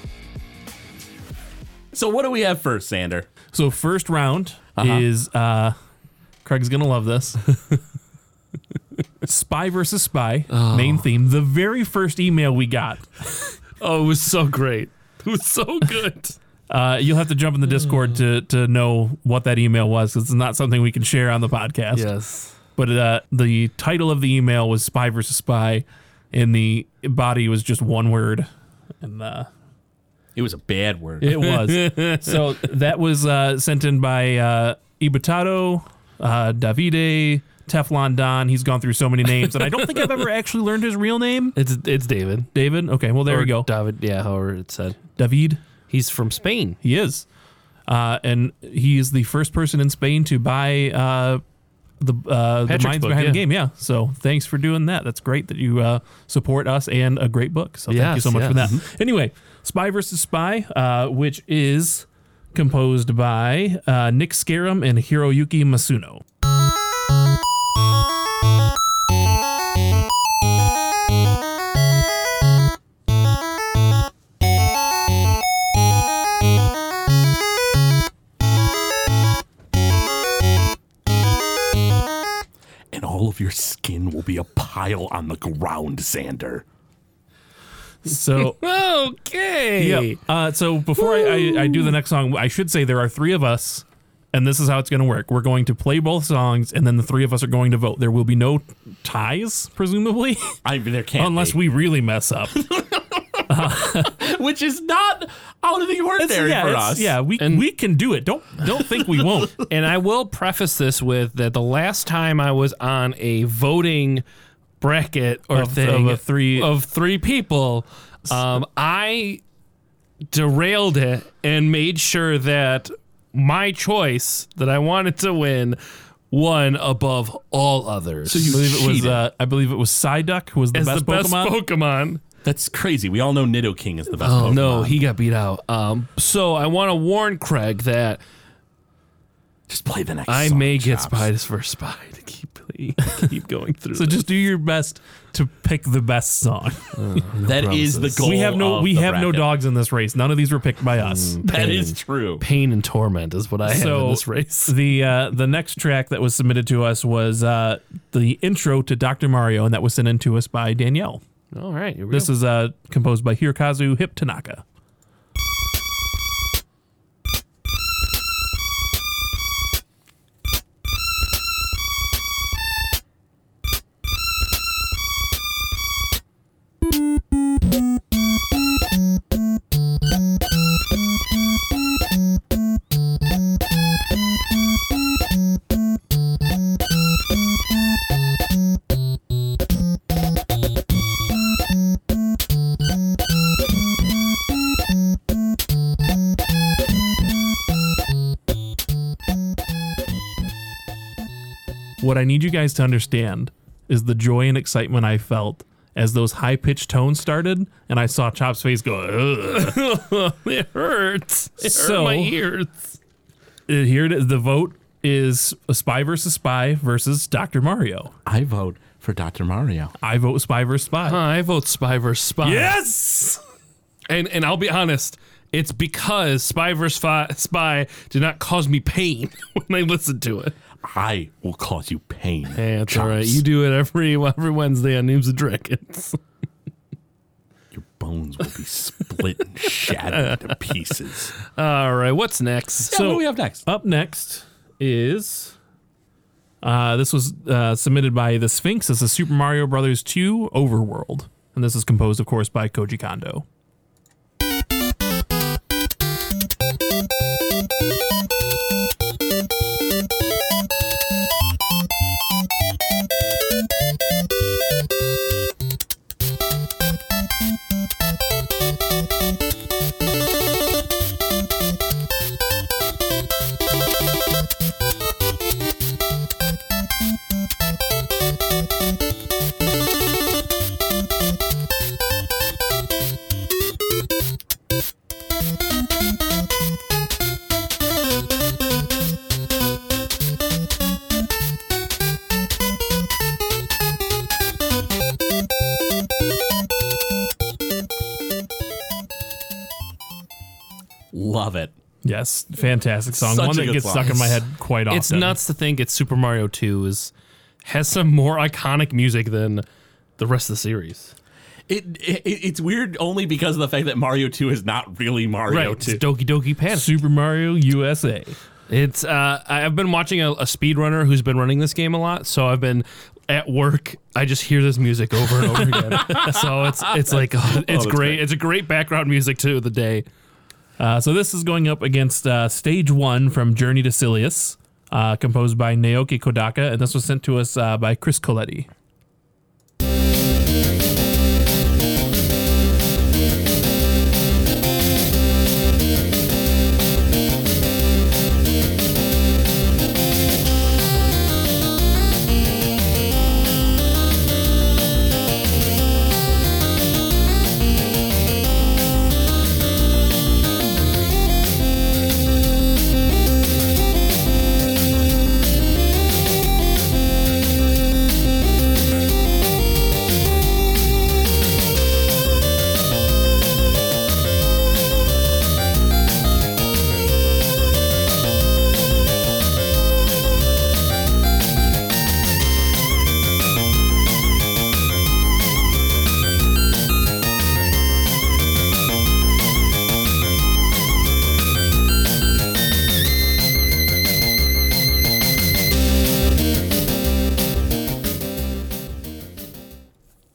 [SPEAKER 3] So what do we have first, Sander?
[SPEAKER 2] So first round
[SPEAKER 4] Uh-huh.
[SPEAKER 2] is uh, Craig's gonna love this. spy versus spy. Main theme. The very first email we got.
[SPEAKER 4] oh, it was so great. It was so good.
[SPEAKER 2] Uh, you'll have to jump in the Discord to to know what that email was because it's not something we can share on the podcast.
[SPEAKER 4] yes.
[SPEAKER 2] But uh, the title of the email was "Spy versus Spy," and the body was just one word, and uh,
[SPEAKER 3] It was a bad word.
[SPEAKER 2] it was. so that was uh, sent in by uh, Ibutado, uh, Davide, Teflon Don. He's gone through so many names, and I don't think I've ever actually learned his real name.
[SPEAKER 4] It's it's David.
[SPEAKER 2] David. Okay, well there
[SPEAKER 4] Or
[SPEAKER 2] we go.
[SPEAKER 4] David. Yeah, however it said.
[SPEAKER 2] David.
[SPEAKER 4] He's from Spain.
[SPEAKER 2] He is. Uh, and he is the first person in Spain to buy uh, the, uh, the
[SPEAKER 4] Patrick's
[SPEAKER 2] minds
[SPEAKER 4] book,
[SPEAKER 2] behind
[SPEAKER 4] yeah.
[SPEAKER 2] the game. Yeah. So thanks for doing that. That's great that you uh, support us and a great book. So thank you
[SPEAKER 4] Yes,
[SPEAKER 2] so much for
[SPEAKER 4] yes. Mm-hmm.
[SPEAKER 2] that. Anyway, Spy versus Spy, uh, which is composed by uh, Nick Scarum and Hiroyuki Masuno.
[SPEAKER 3] and all of your skin will be a pile on the ground, Sander.
[SPEAKER 2] So.
[SPEAKER 4] Okay.
[SPEAKER 2] Yep. Uh, so before I, I, I do the next song, I should say there are three of us, and this is how it's going to work. We're going to play both songs, and then the three of us are going to vote. There will be no ties, presumably,
[SPEAKER 3] I there can't
[SPEAKER 2] unless
[SPEAKER 3] be.
[SPEAKER 2] we really mess up.
[SPEAKER 3] which is not out of the ordinary
[SPEAKER 2] yeah,
[SPEAKER 3] for
[SPEAKER 2] it's-
[SPEAKER 3] us.
[SPEAKER 2] yeah, we we can do it. Don't don't think we won't.
[SPEAKER 4] And I will preface this with that the last time I was on a voting bracket or
[SPEAKER 2] Of-
[SPEAKER 4] thing
[SPEAKER 2] of a three-
[SPEAKER 4] of three people, um, I derailed it and made sure that my choice that I wanted to win won above all others. So
[SPEAKER 2] I believe it was uh, I believe it was Psyduck who was the
[SPEAKER 4] as
[SPEAKER 2] best
[SPEAKER 4] the best
[SPEAKER 2] Pokemon.
[SPEAKER 4] Pokemon.
[SPEAKER 3] That's crazy. We all know Nidoking is the best.
[SPEAKER 2] Oh,
[SPEAKER 3] Pokemon.
[SPEAKER 4] Oh, No, he got beat out. Um, so I want to warn Craig that
[SPEAKER 3] just play the next.
[SPEAKER 4] I
[SPEAKER 3] song,
[SPEAKER 4] may get
[SPEAKER 3] Chops.
[SPEAKER 4] spies for spy to keep keep going through.
[SPEAKER 2] so just do your best to pick the best song.
[SPEAKER 3] That is the goal.
[SPEAKER 2] we have no
[SPEAKER 3] of
[SPEAKER 2] we
[SPEAKER 3] the
[SPEAKER 2] have no
[SPEAKER 3] bracket.
[SPEAKER 2] dogs in this race. None of these were picked by us.
[SPEAKER 3] That is true.
[SPEAKER 4] pain and torment is what I have
[SPEAKER 2] so
[SPEAKER 4] in this race.
[SPEAKER 2] The uh, the next track that was submitted to us was uh, the intro to Dr. Mario, and that was sent in to us by Danielle.
[SPEAKER 4] All right, here we
[SPEAKER 2] This
[SPEAKER 4] go.
[SPEAKER 2] is uh, composed by Hirokazu Hip Tanaka. What I need you guys to understand is the joy and excitement I felt as those high pitched tones started and I saw Chop's face go, Ugh.
[SPEAKER 4] it hurts. It hurt
[SPEAKER 2] So-
[SPEAKER 4] my ears.
[SPEAKER 2] Uh, Here it is. The vote is Spy versus Spy versus Dr. Mario.
[SPEAKER 3] I vote for Dr. Mario.
[SPEAKER 2] I vote Spy versus Spy.
[SPEAKER 4] Huh, I vote Spy vs. Spy.
[SPEAKER 2] Yes!
[SPEAKER 4] And and I'll be honest, it's because Spy vs. Spy, Spy did not cause me pain when I listened to it.
[SPEAKER 3] I will cause you pain.
[SPEAKER 4] Hey, that's all
[SPEAKER 3] Chops.
[SPEAKER 4] right. You do it every every Wednesday on Noobs and Dragons.
[SPEAKER 3] Your bones will be split and shattered to pieces.
[SPEAKER 4] All right, what's next?
[SPEAKER 2] So-
[SPEAKER 3] what do we have next?
[SPEAKER 2] Up next is uh, this was uh, submitted by the Sphinx. This is Super Mario Brothers 2 Overworld, and this is composed, of course, by Koji Kondo.
[SPEAKER 3] Love it.
[SPEAKER 2] Yes, fantastic song.
[SPEAKER 3] Such
[SPEAKER 2] One
[SPEAKER 3] a
[SPEAKER 2] that
[SPEAKER 3] good
[SPEAKER 2] gets
[SPEAKER 3] song.
[SPEAKER 2] stuck in my head quite often.
[SPEAKER 4] it's nuts to think it's Super Mario 2 is has some more iconic music than the rest of the series.
[SPEAKER 3] It, it it's weird only because of the fact that Mario 2 is not really Mario 2.
[SPEAKER 4] It's Doki Doki Panic.
[SPEAKER 2] Super Mario USA.
[SPEAKER 4] It's uh, I- I've been watching a, a speedrunner who's been running this game a lot, so I've been at work. I just hear this music over and over again. So it's it's like oh, it's great.
[SPEAKER 3] great.
[SPEAKER 4] It's a great background music to the day.
[SPEAKER 2] Uh, so this is going up against uh, Stage One from Journey to Silius, uh, composed by Naoki Kodaka, and this was sent to us uh, by Chris Coletti.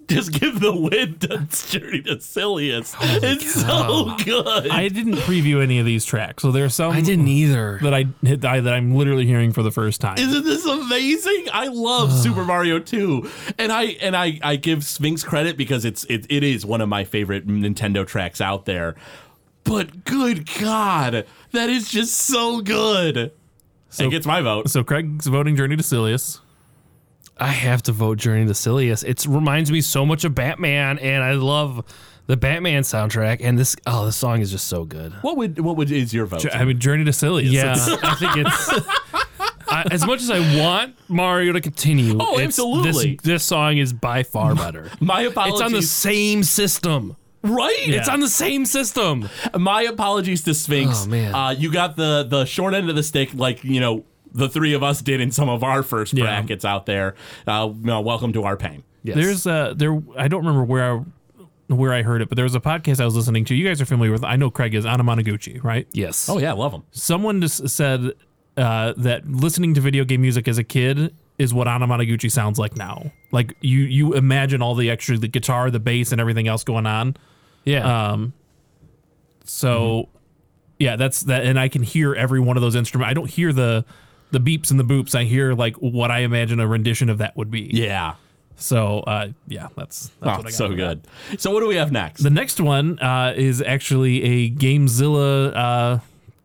[SPEAKER 3] Just give the win to Journey to Silius. it's so good.
[SPEAKER 2] I didn't preview any of these tracks, so there's some
[SPEAKER 4] either.
[SPEAKER 2] that I hit that, I, that I'm literally hearing for the first time.
[SPEAKER 3] Isn't this amazing? I love Super Mario 2. And I and I, I give Sphinx credit because it's it, it is one of my favorite Nintendo tracks out there. But good God, that is just so good. it gets my vote.
[SPEAKER 2] So Craig's voting Journey to Silius.
[SPEAKER 4] I have to vote Journey to Silius. It reminds me so much of Batman, and I love the Batman soundtrack. And this oh, this song is just so good.
[SPEAKER 3] What would what would is your vote?
[SPEAKER 2] I mean Journey to Silius.
[SPEAKER 4] Yeah,
[SPEAKER 2] It's-
[SPEAKER 4] I think it's. I, as much as I want Mario to continue,
[SPEAKER 3] Oh,
[SPEAKER 4] it's-
[SPEAKER 3] absolutely.
[SPEAKER 4] This, this song is by far better.
[SPEAKER 3] my
[SPEAKER 4] It's
[SPEAKER 3] apologies.
[SPEAKER 4] on the same system.
[SPEAKER 3] right?
[SPEAKER 4] It's on the same system.
[SPEAKER 3] my apologies to Sphinx.
[SPEAKER 4] Oh, man.
[SPEAKER 3] Uh, you got the the short end of the stick, like you know the three of us did in some of our first brackets out there. Uh, you know, welcome to our pain.
[SPEAKER 4] Yes.
[SPEAKER 2] There's uh there I don't remember where I where I heard it, but there was a podcast I was listening to. You guys are familiar with. I know Craig is Anamanaguchi, right?
[SPEAKER 4] yes.
[SPEAKER 3] yeah, love them.
[SPEAKER 2] Someone just said uh, that listening to video game music as a kid is what Anamanaguchi sounds like now. Like you you imagine all the extra the guitar, the bass, and everything else going on.
[SPEAKER 4] yeah.
[SPEAKER 2] So yeah, that's that and I can hear every one of those instruments. I don't hear the the beeps and the boops. I hear like what I imagine a rendition of that would be.
[SPEAKER 3] Yeah,
[SPEAKER 2] So uh, yeah, that's that's
[SPEAKER 3] Oh,
[SPEAKER 2] what I got.
[SPEAKER 3] so
[SPEAKER 2] for that.
[SPEAKER 3] good. So what do we have next?
[SPEAKER 2] The next one uh, is actually a Gamezilla uh,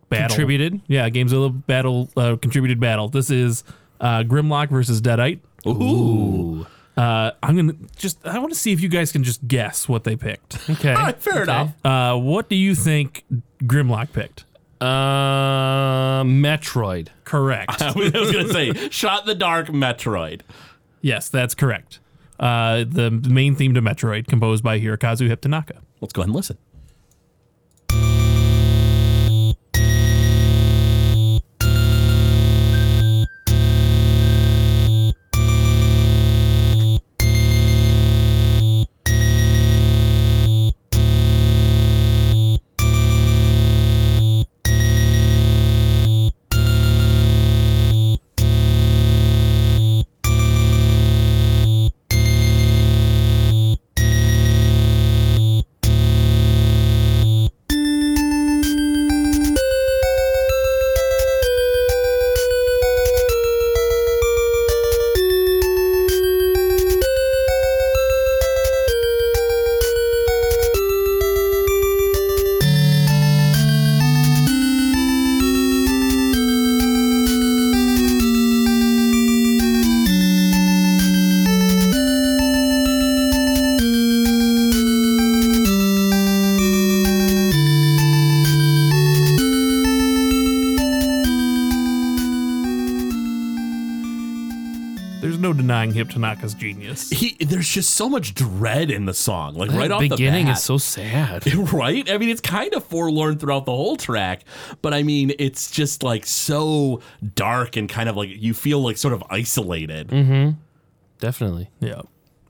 [SPEAKER 2] battle.
[SPEAKER 4] Contributed?
[SPEAKER 2] Yeah, Gamezilla battle, uh, contributed battle. This is uh, Grimlock versus Deadite. Ooh. Uh, I'm gonna just. I want to see if you guys can just guess what they picked.
[SPEAKER 4] Okay.
[SPEAKER 3] All right, fair enough.
[SPEAKER 2] Uh, what do you think Grimlock picked?
[SPEAKER 4] Uh, Metroid.
[SPEAKER 2] Correct.
[SPEAKER 3] I was going to say, shot in the dark Metroid.
[SPEAKER 2] yes, that's correct. Uh, the main theme to Metroid, composed by Hirokazu Hiptanaka.
[SPEAKER 3] Let's go ahead and listen.
[SPEAKER 2] There's no denying Hiptanaka's genius.
[SPEAKER 3] He, there's just so much dread in the song. Like right
[SPEAKER 4] That
[SPEAKER 3] off
[SPEAKER 4] beginning
[SPEAKER 3] the bat.
[SPEAKER 4] is so sad.
[SPEAKER 3] right? I mean, it's kind of forlorn throughout the whole track, but I mean, it's just like so dark and kind of like you feel like sort of isolated.
[SPEAKER 4] Definitely.
[SPEAKER 2] Yeah.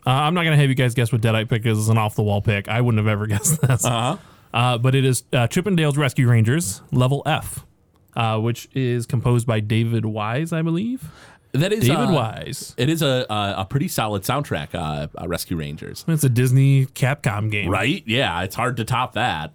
[SPEAKER 2] Uh, I'm not gonna have you guys guess what Deadite picked is. It's an off the wall pick. I wouldn't have ever guessed this. Uh-huh. but it is uh, Chippendale's Rescue Rangers level F, uh, which is composed by David Wise, I believe.
[SPEAKER 3] That is
[SPEAKER 2] David
[SPEAKER 3] uh,
[SPEAKER 2] Wise.
[SPEAKER 3] It is a a, a pretty solid soundtrack. Uh, uh, Rescue Rangers,
[SPEAKER 2] It's a Disney Capcom game.
[SPEAKER 3] right? Yeah, it's hard to top that.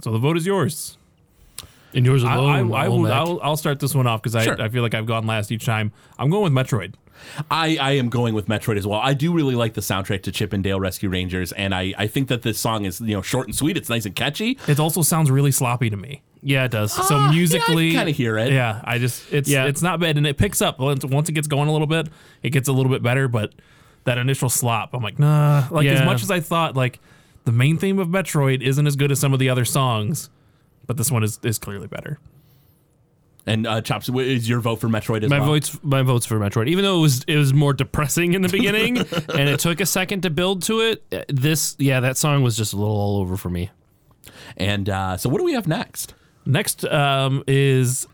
[SPEAKER 2] So the vote is yours.
[SPEAKER 4] And yours
[SPEAKER 2] I, I,
[SPEAKER 4] alone.
[SPEAKER 2] I will, I'll, I'll start this one off because I,
[SPEAKER 3] Sure.
[SPEAKER 2] I feel like I've gone last each time. I'm going with Metroid.
[SPEAKER 3] I, I am going with Metroid as well. I do really like the soundtrack to Chip and Dale Rescue Rangers, and I, I think that this song is you know short and sweet. It's nice and catchy.
[SPEAKER 2] It also sounds really sloppy to me.
[SPEAKER 4] yeah, it does.
[SPEAKER 2] So
[SPEAKER 3] Ah, yeah, I
[SPEAKER 2] musically,
[SPEAKER 3] kinda hear it.
[SPEAKER 2] Yeah, I just it's
[SPEAKER 4] Yeah.
[SPEAKER 2] it's not bad, and it picks up once once it gets going a little bit. It gets a little bit better, but that initial slop, I'm like, nah. Like as
[SPEAKER 4] Yeah.
[SPEAKER 2] much as I thought, like the main theme of Metroid isn't as good as some of the other songs, but this one is is clearly better.
[SPEAKER 3] And uh, Chops, wh- is your vote for Metroid as
[SPEAKER 4] my
[SPEAKER 3] well?
[SPEAKER 4] votes, my votes for Metroid. Even though it was it was more depressing in the beginning, and it took a second to build to it. uh, This, yeah, that song was just a little all over for me.
[SPEAKER 3] And uh, so, what do we have next?
[SPEAKER 2] Next um, is,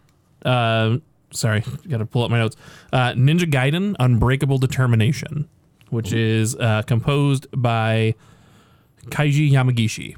[SPEAKER 2] uh, sorry, gotta pull up my notes. Uh, Ninja Gaiden Unbreakable Determination, which is uh, composed by Kaiji Yamagishi.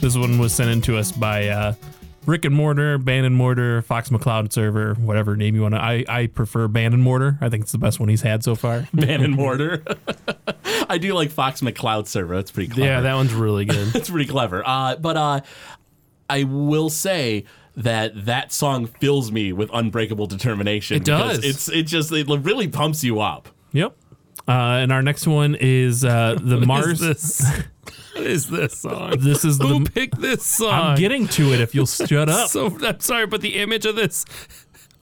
[SPEAKER 2] This one was sent in to us by uh, Brick and Mortar, Ban and Mortar, Fox McCloud server, whatever name you want to. I, I prefer Ban and Mortar. I think it's the best one he's had so far.
[SPEAKER 3] Man and Mortar. I do like Fox McCloud server. That's pretty clever.
[SPEAKER 4] Yeah, that one's really good.
[SPEAKER 3] That's pretty clever. Uh, but uh, I will say that that song fills me with unbreakable determination.
[SPEAKER 4] It does.
[SPEAKER 3] because It's it just it really pumps you up.
[SPEAKER 2] yep. Uh, and our next one is uh, the Mars.
[SPEAKER 4] What is this song?
[SPEAKER 2] This is
[SPEAKER 4] Who
[SPEAKER 2] the.
[SPEAKER 4] picked this song?
[SPEAKER 2] I'm getting to it if you'll shut up.
[SPEAKER 4] So I'm sorry, but uh, the image of this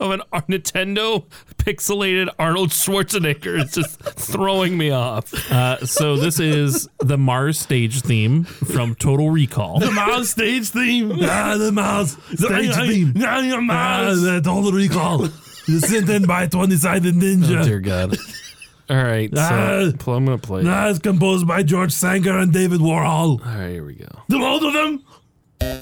[SPEAKER 4] of an Ar- Nintendo pixelated Arnold Schwarzenegger is just throwing me off.
[SPEAKER 2] Uh, so this is the Mars stage theme from Total Recall.
[SPEAKER 3] Miles stage theme.
[SPEAKER 5] Ah, the mouse. Stage theme. Ah,
[SPEAKER 3] Miles.
[SPEAKER 5] the total recall. Sent in by 20-sided ninja.
[SPEAKER 4] God. All right, so
[SPEAKER 5] Ah.
[SPEAKER 4] pl- I'm gonna play.
[SPEAKER 5] That is composed by George Sanger and David Warhol.
[SPEAKER 4] All right, here we go.
[SPEAKER 5] The both of them.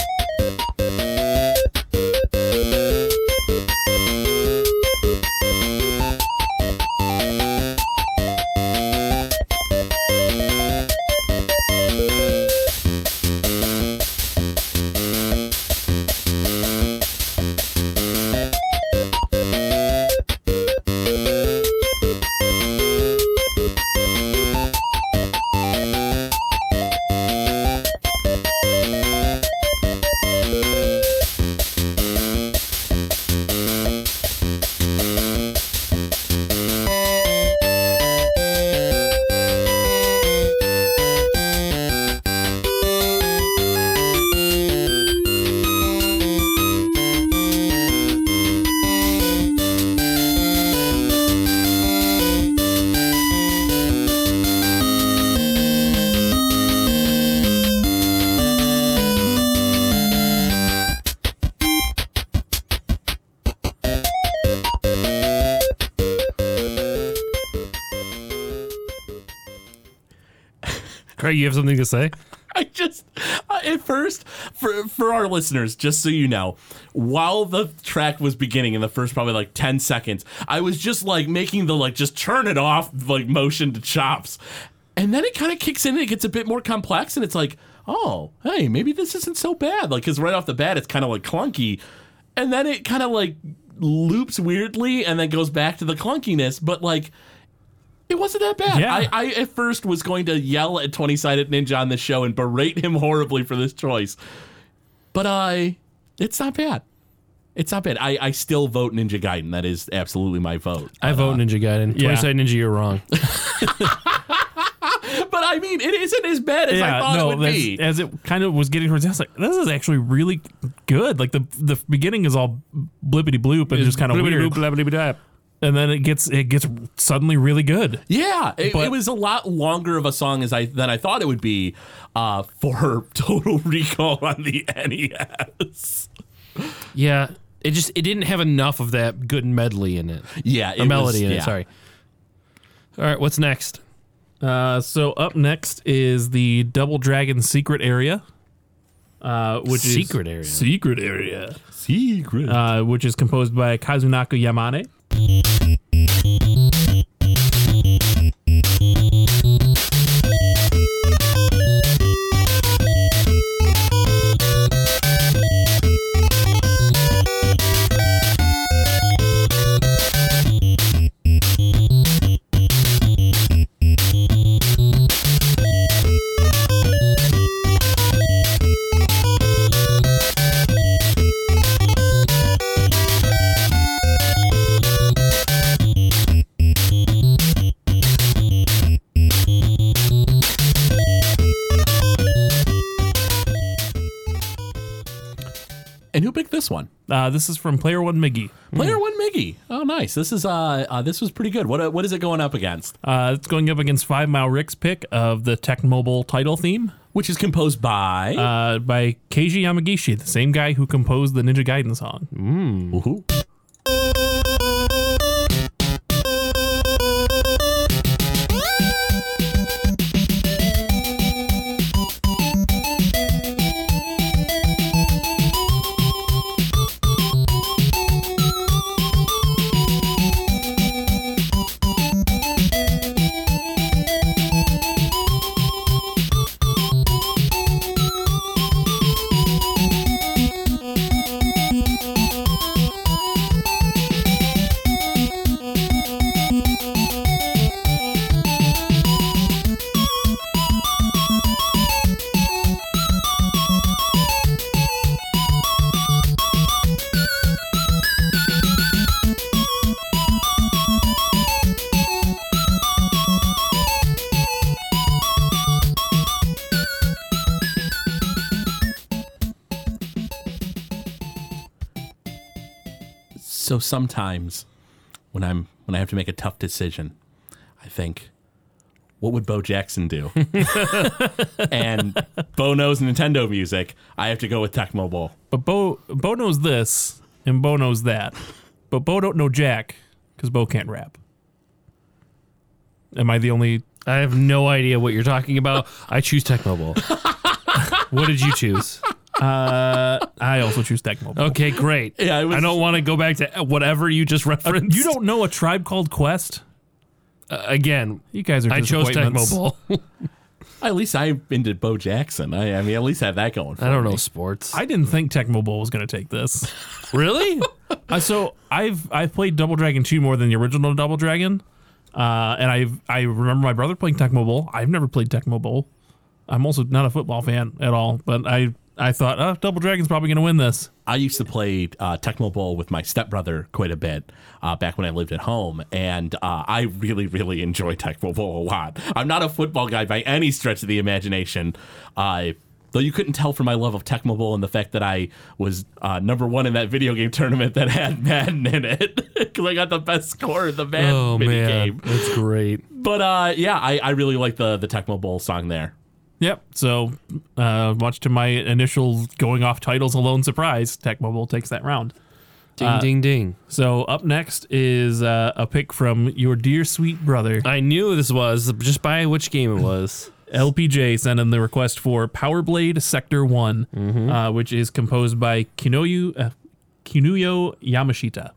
[SPEAKER 4] Craig, you have something to say?
[SPEAKER 3] I just I- at first for for our listeners, just so you know, while the track was beginning in the first probably like ten seconds, I was just like making the like just turn it off like motion to chops, and then it kind of kicks in and it gets a bit more complex, and it's like, oh, hey, maybe this isn't so bad, like because right off the bat it's kind of like clunky, and then it kind of like loops weirdly and then goes back to the clunkiness, but like. It wasn't that bad.
[SPEAKER 2] Yeah.
[SPEAKER 3] I, I at first was going to yell at 20 sided ninja on this show and berate him horribly for this choice. But I it's not bad. It's not bad. I, I still vote Ninja Gaiden. That is absolutely my vote.
[SPEAKER 4] I vote Ninja Gaiden.
[SPEAKER 2] yeah.
[SPEAKER 4] 20 Side Ninja, you're wrong.
[SPEAKER 3] But I mean, it isn't as bad as I
[SPEAKER 2] yeah,
[SPEAKER 3] thought
[SPEAKER 2] no,
[SPEAKER 3] it would
[SPEAKER 2] that's-
[SPEAKER 3] be.
[SPEAKER 2] as it kind of was getting towards, the end, I was like, this is actually really good. Like the the beginning is all blippity bloop and just kind of weird, and then it gets it gets suddenly really good.
[SPEAKER 3] Yeah, it,
[SPEAKER 2] But-
[SPEAKER 3] it was a lot longer of a song as I than I thought it would be uh, for Total Recall on the E NES.
[SPEAKER 4] Yeah, it just it didn't have enough of that good medley in it,
[SPEAKER 3] Yeah, it
[SPEAKER 4] a melody in
[SPEAKER 3] was- yeah.
[SPEAKER 4] it. Sorry. All right, what's next?
[SPEAKER 2] Uh, so up next is the Double Dragon secret area, uh, which
[SPEAKER 4] Secret
[SPEAKER 2] is
[SPEAKER 4] area.
[SPEAKER 2] secret area,
[SPEAKER 5] Secret.
[SPEAKER 2] uh, which is composed by Kazunaka Yamane.
[SPEAKER 3] And who picked this one?
[SPEAKER 2] Uh, this is from Player One McGee.
[SPEAKER 3] Player One Miggy. Oh, nice. This is uh, uh this was pretty good. What uh, what is it going up against?
[SPEAKER 2] Uh, it's going up against Five Mile Rick's pick of the Tech Mobile title theme
[SPEAKER 3] Which is composed by.
[SPEAKER 2] uh, by Keiji Yamagishi, the same guy who composed the Ninja Gaiden song.
[SPEAKER 3] Ooh. So sometimes when I'm when I have to make a tough decision, I think, what would Bo Jackson do? and Bo knows Nintendo music. I have to go with Tecmo Bowl.
[SPEAKER 2] But Bo Bo knows this and Bo knows that, but Bo don't know Jack because Bo can't rap. Am I the only?
[SPEAKER 4] I have no idea what you're talking about. I choose Tecmo Bowl. what did you choose?
[SPEAKER 2] Uh, I also choose Tecmo. Bowl.
[SPEAKER 4] Okay, great.
[SPEAKER 3] Yeah, it was- Uh,
[SPEAKER 4] I don't want to go back to whatever you just referenced.
[SPEAKER 2] You don't know a tribe called Quest?
[SPEAKER 4] Uh, again.
[SPEAKER 2] You guys are.
[SPEAKER 4] I chose Tecmo
[SPEAKER 2] disappointments.
[SPEAKER 4] Bowl.
[SPEAKER 3] At least I'm into Bo Jackson. I, I mean, at least I have that going. For
[SPEAKER 4] I don't know
[SPEAKER 3] me.
[SPEAKER 4] sports.
[SPEAKER 2] I didn't think Tecmo Bowl was going to take this.
[SPEAKER 4] really?
[SPEAKER 2] Uh, so I've I've played Double Dragon 2 more than the original Double Dragon. Uh, and I've I remember my brother playing Tecmo Bowl. I've never played Tecmo Bowl. I'm also not a football fan at all, but I I thought, oh, Double Dragon's probably going to win this.
[SPEAKER 3] I used to play uh, Tecmo Bowl with my stepbrother quite a bit uh, back when I lived at home, and uh, I really, really enjoy Tecmo Bowl a lot. I'm not a football guy by any stretch of the imagination. Uh, Though you couldn't tell from my love of Tecmo Bowl and the fact that I was uh, number one in that video game tournament that had Madden in it, because I got the best score in the Madden
[SPEAKER 4] Oh man,
[SPEAKER 3] minigame.
[SPEAKER 4] that's great.
[SPEAKER 3] But uh, yeah, I, I really like the the Tecmo Bowl song there.
[SPEAKER 2] Yep. So, uh, much to my initial going off titles alone surprise, Tecmo Bowl takes that round.
[SPEAKER 4] Ding
[SPEAKER 2] Uh,
[SPEAKER 4] ding ding.
[SPEAKER 2] So up next is uh, a pick from your dear sweet brother.
[SPEAKER 4] I knew this was just by which game it was.
[SPEAKER 2] LPJ sent in the request for Power Blade Sector One,
[SPEAKER 4] Mm-hmm.
[SPEAKER 2] uh, which is composed by Kinoyu uh, Kinuyo Yamashita.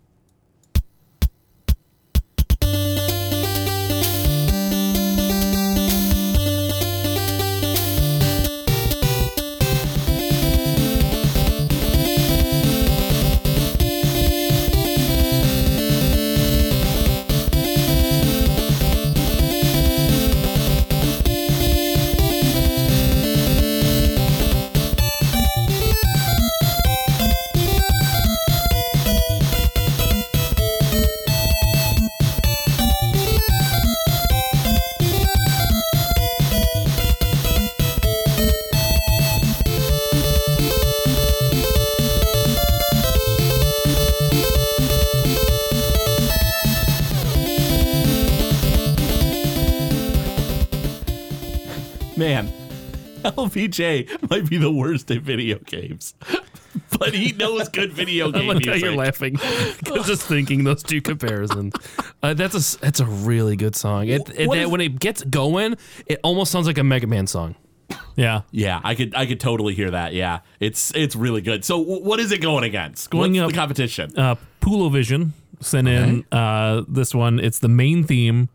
[SPEAKER 3] Man, LVJ might be the worst at video games, but he knows good video
[SPEAKER 4] I
[SPEAKER 3] game
[SPEAKER 4] like how
[SPEAKER 3] music.
[SPEAKER 4] you're laughing because just thinking those two comparisons. Uh, that's a s- that's a really good song. It, it,
[SPEAKER 3] What
[SPEAKER 4] that-
[SPEAKER 3] is-
[SPEAKER 4] when it gets going, it almost sounds like a Mega Man song.
[SPEAKER 2] Yeah.
[SPEAKER 3] yeah, I could I could totally hear that. Yeah, it's it's really good. So w- what is it going against? What's
[SPEAKER 2] Going
[SPEAKER 3] the
[SPEAKER 2] up-
[SPEAKER 3] competition?
[SPEAKER 2] Uh, Pulovision sent in uh, this one. It's the main theme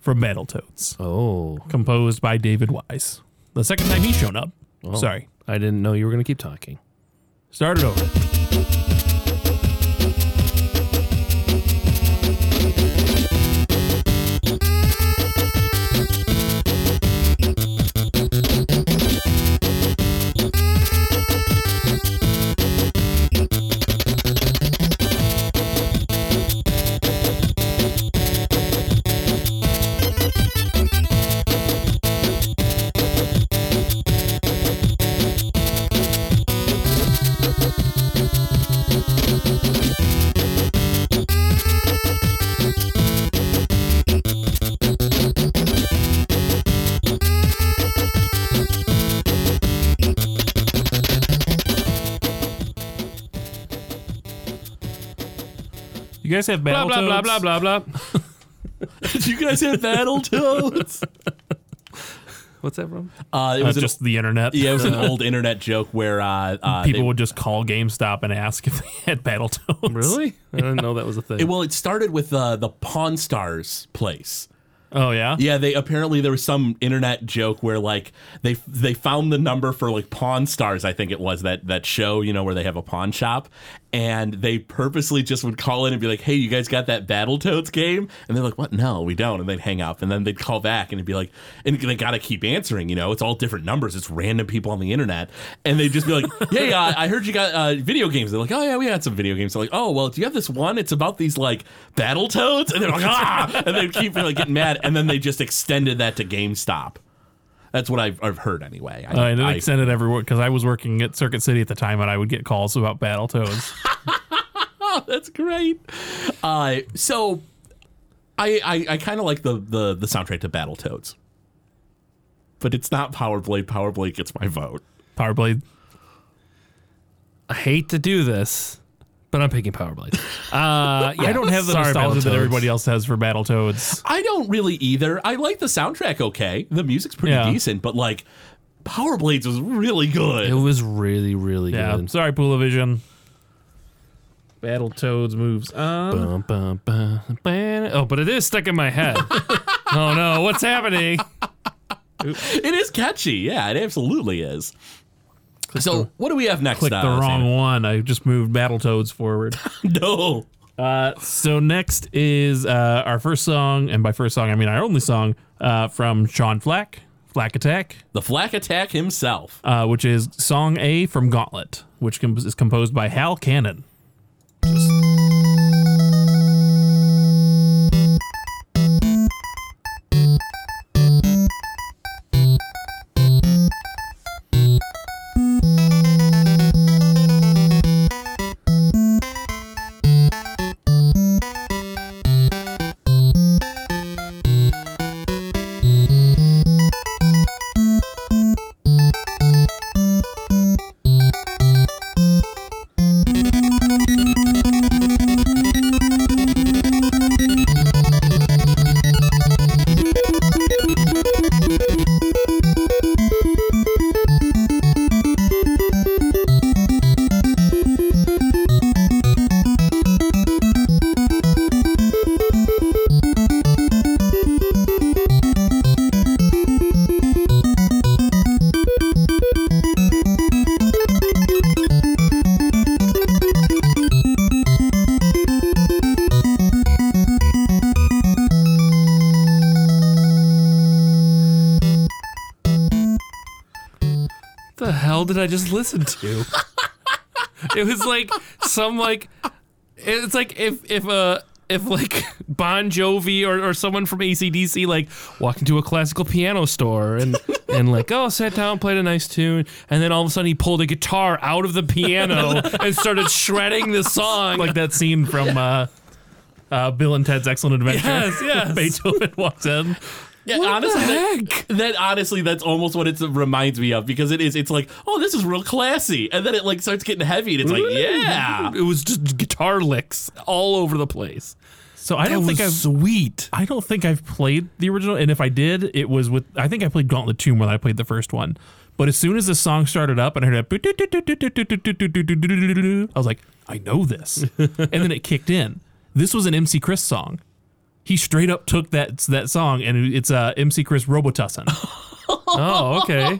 [SPEAKER 2] from Battletoads,
[SPEAKER 4] Oh,
[SPEAKER 2] composed by David Wise. The second time he's shown up.
[SPEAKER 4] Oh.
[SPEAKER 2] Sorry.
[SPEAKER 4] I didn't know you were gonna keep talking.
[SPEAKER 2] Start it over. You guys have Battletoads?
[SPEAKER 4] blah blah blah.
[SPEAKER 3] Did you guys have Battletoads?
[SPEAKER 4] What's that from?
[SPEAKER 3] Uh, it
[SPEAKER 2] Uh,
[SPEAKER 3] was an-
[SPEAKER 2] just the internet.
[SPEAKER 3] yeah, it was an old internet joke where uh, uh,
[SPEAKER 2] people
[SPEAKER 3] they-
[SPEAKER 2] would just call GameStop and ask if they had Battletoads.
[SPEAKER 4] Really? I didn't know that was a thing.
[SPEAKER 3] it- well, it started with uh, the Pawn Stars place.
[SPEAKER 2] Oh yeah.
[SPEAKER 3] Yeah, they apparently there was some internet joke where like they they found the number for like Pawn Stars, I think it was that that show, you know, where they have a pawn shop, and they purposely just would call in and be like, "Hey, you guys got that Battletoads game?" And they're like, "What? No, we don't." And they'd hang up, and then they'd call back and it'd be like, "And they gotta keep answering, you know, it's all different numbers, it's random people on the internet," and they'd just be like, "Hey, uh, I heard you got uh, video games." They're like, "Oh yeah, we had some video games." They're like, "Oh well, do you have this one? It's about these like Battletoads," and they're like, "Ah!" and they'd keep like getting mad, and then they just extended that to GameStop. That's what I've, I've heard anyway.
[SPEAKER 2] Uh, and it
[SPEAKER 3] I-
[SPEAKER 2] extended everywhere because I was working at Circuit City at the time, and I would get calls about Battletoads.
[SPEAKER 3] That's great. Uh, so I I, I kind of like the, the the soundtrack to Battletoads. But it's not Powerblade. Powerblade gets my vote.
[SPEAKER 2] Power Blade.
[SPEAKER 4] I hate to do this, but I'm picking Power Blade. Uh, yeah,
[SPEAKER 2] I don't have the
[SPEAKER 4] sorry,
[SPEAKER 2] nostalgia that
[SPEAKER 4] Battletoads.
[SPEAKER 2] everybody else has for Battletoads.
[SPEAKER 3] I don't really either. I like the soundtrack okay. The music's pretty
[SPEAKER 2] Yeah.
[SPEAKER 3] decent, but like Powerblades was really good.
[SPEAKER 4] It was really, really
[SPEAKER 2] Yeah.
[SPEAKER 4] good.
[SPEAKER 2] Sorry, Poolavision.
[SPEAKER 4] Battletoads moves Uh, on. Bum, bum, bum, bam. Oh, but it is stuck in my head. oh no, what's happening?
[SPEAKER 3] It is catchy. Yeah, it absolutely is. so, what do we have next?
[SPEAKER 2] Clicked the
[SPEAKER 3] uh,
[SPEAKER 2] wrong one. I just moved Battletoads forward.
[SPEAKER 3] Xander? No.
[SPEAKER 2] So next is uh, our first song, and by first song I mean our only song uh, from Sean Flack, Flack Attack,
[SPEAKER 3] The Flak Attack himself.
[SPEAKER 2] uh, which is song A from Gauntlet, which com- is composed by Hal Cannon.
[SPEAKER 4] the hell did I just listen to? it was like some like it's like if if uh if like Bon Jovi or, or someone from ACDC like walked into a classical piano store and and like oh sat down played a nice tune and then all of a sudden he pulled a guitar out of the piano and started shredding the song
[SPEAKER 2] Like that scene from uh, uh, Bill and Ted's Excellent Adventure.
[SPEAKER 4] Yes, yes.
[SPEAKER 2] Beethoven walks in.
[SPEAKER 3] Yeah, honestly, That, that honestly, that's almost what it reminds me of because it is. It's like, oh, this is real classy, and then it like starts getting heavy, and it's like, yeah,
[SPEAKER 4] it was just guitar licks all over the place
[SPEAKER 2] So I
[SPEAKER 4] I
[SPEAKER 2] don't think I've
[SPEAKER 4] sweet
[SPEAKER 2] I don't think I've played the original, and if I did, it was with I think I played Gauntlet Two when I played the first one. But as soon as the song started up and I heard that, I was like, I know this, and then it kicked in. This was an MC Chris song. He straight up took that that song, and it's uh, MC Chris Robotussin.
[SPEAKER 4] oh okay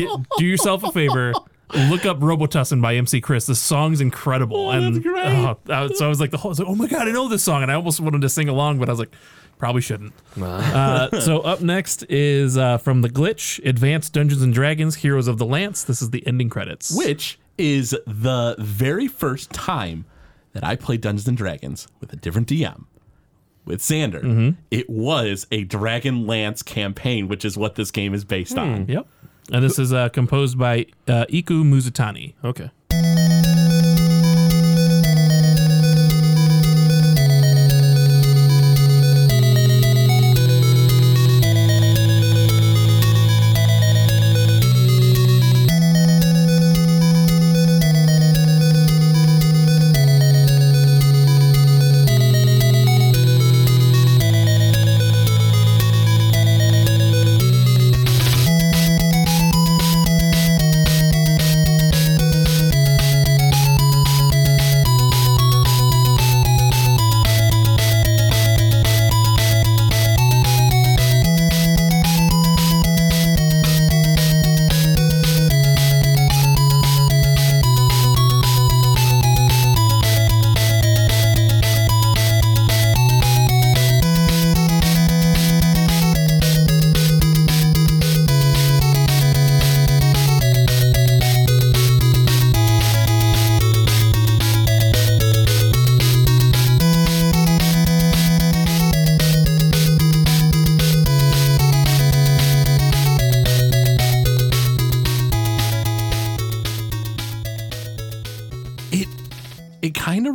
[SPEAKER 2] Get, do yourself a favor, look up Robotussin by MC Chris. The song's incredible, and
[SPEAKER 3] that's great.
[SPEAKER 2] oh, I was- so I was like, the whole, I was like, oh my god, I know this song, and I almost wanted to sing along, but I was like, probably shouldn't. Uh, so up next is uh, from the glitch, Advanced Dungeons and Dragons, Heroes of the Lance. This is the ending credits.
[SPEAKER 3] which is the very first time that I played Dungeons and Dragons with a different DM. With Xander, it was a Dragon Lance campaign, which is what this game is based on.
[SPEAKER 2] Yep. And this is uh, composed by uh, Iku Muzutani.
[SPEAKER 4] okay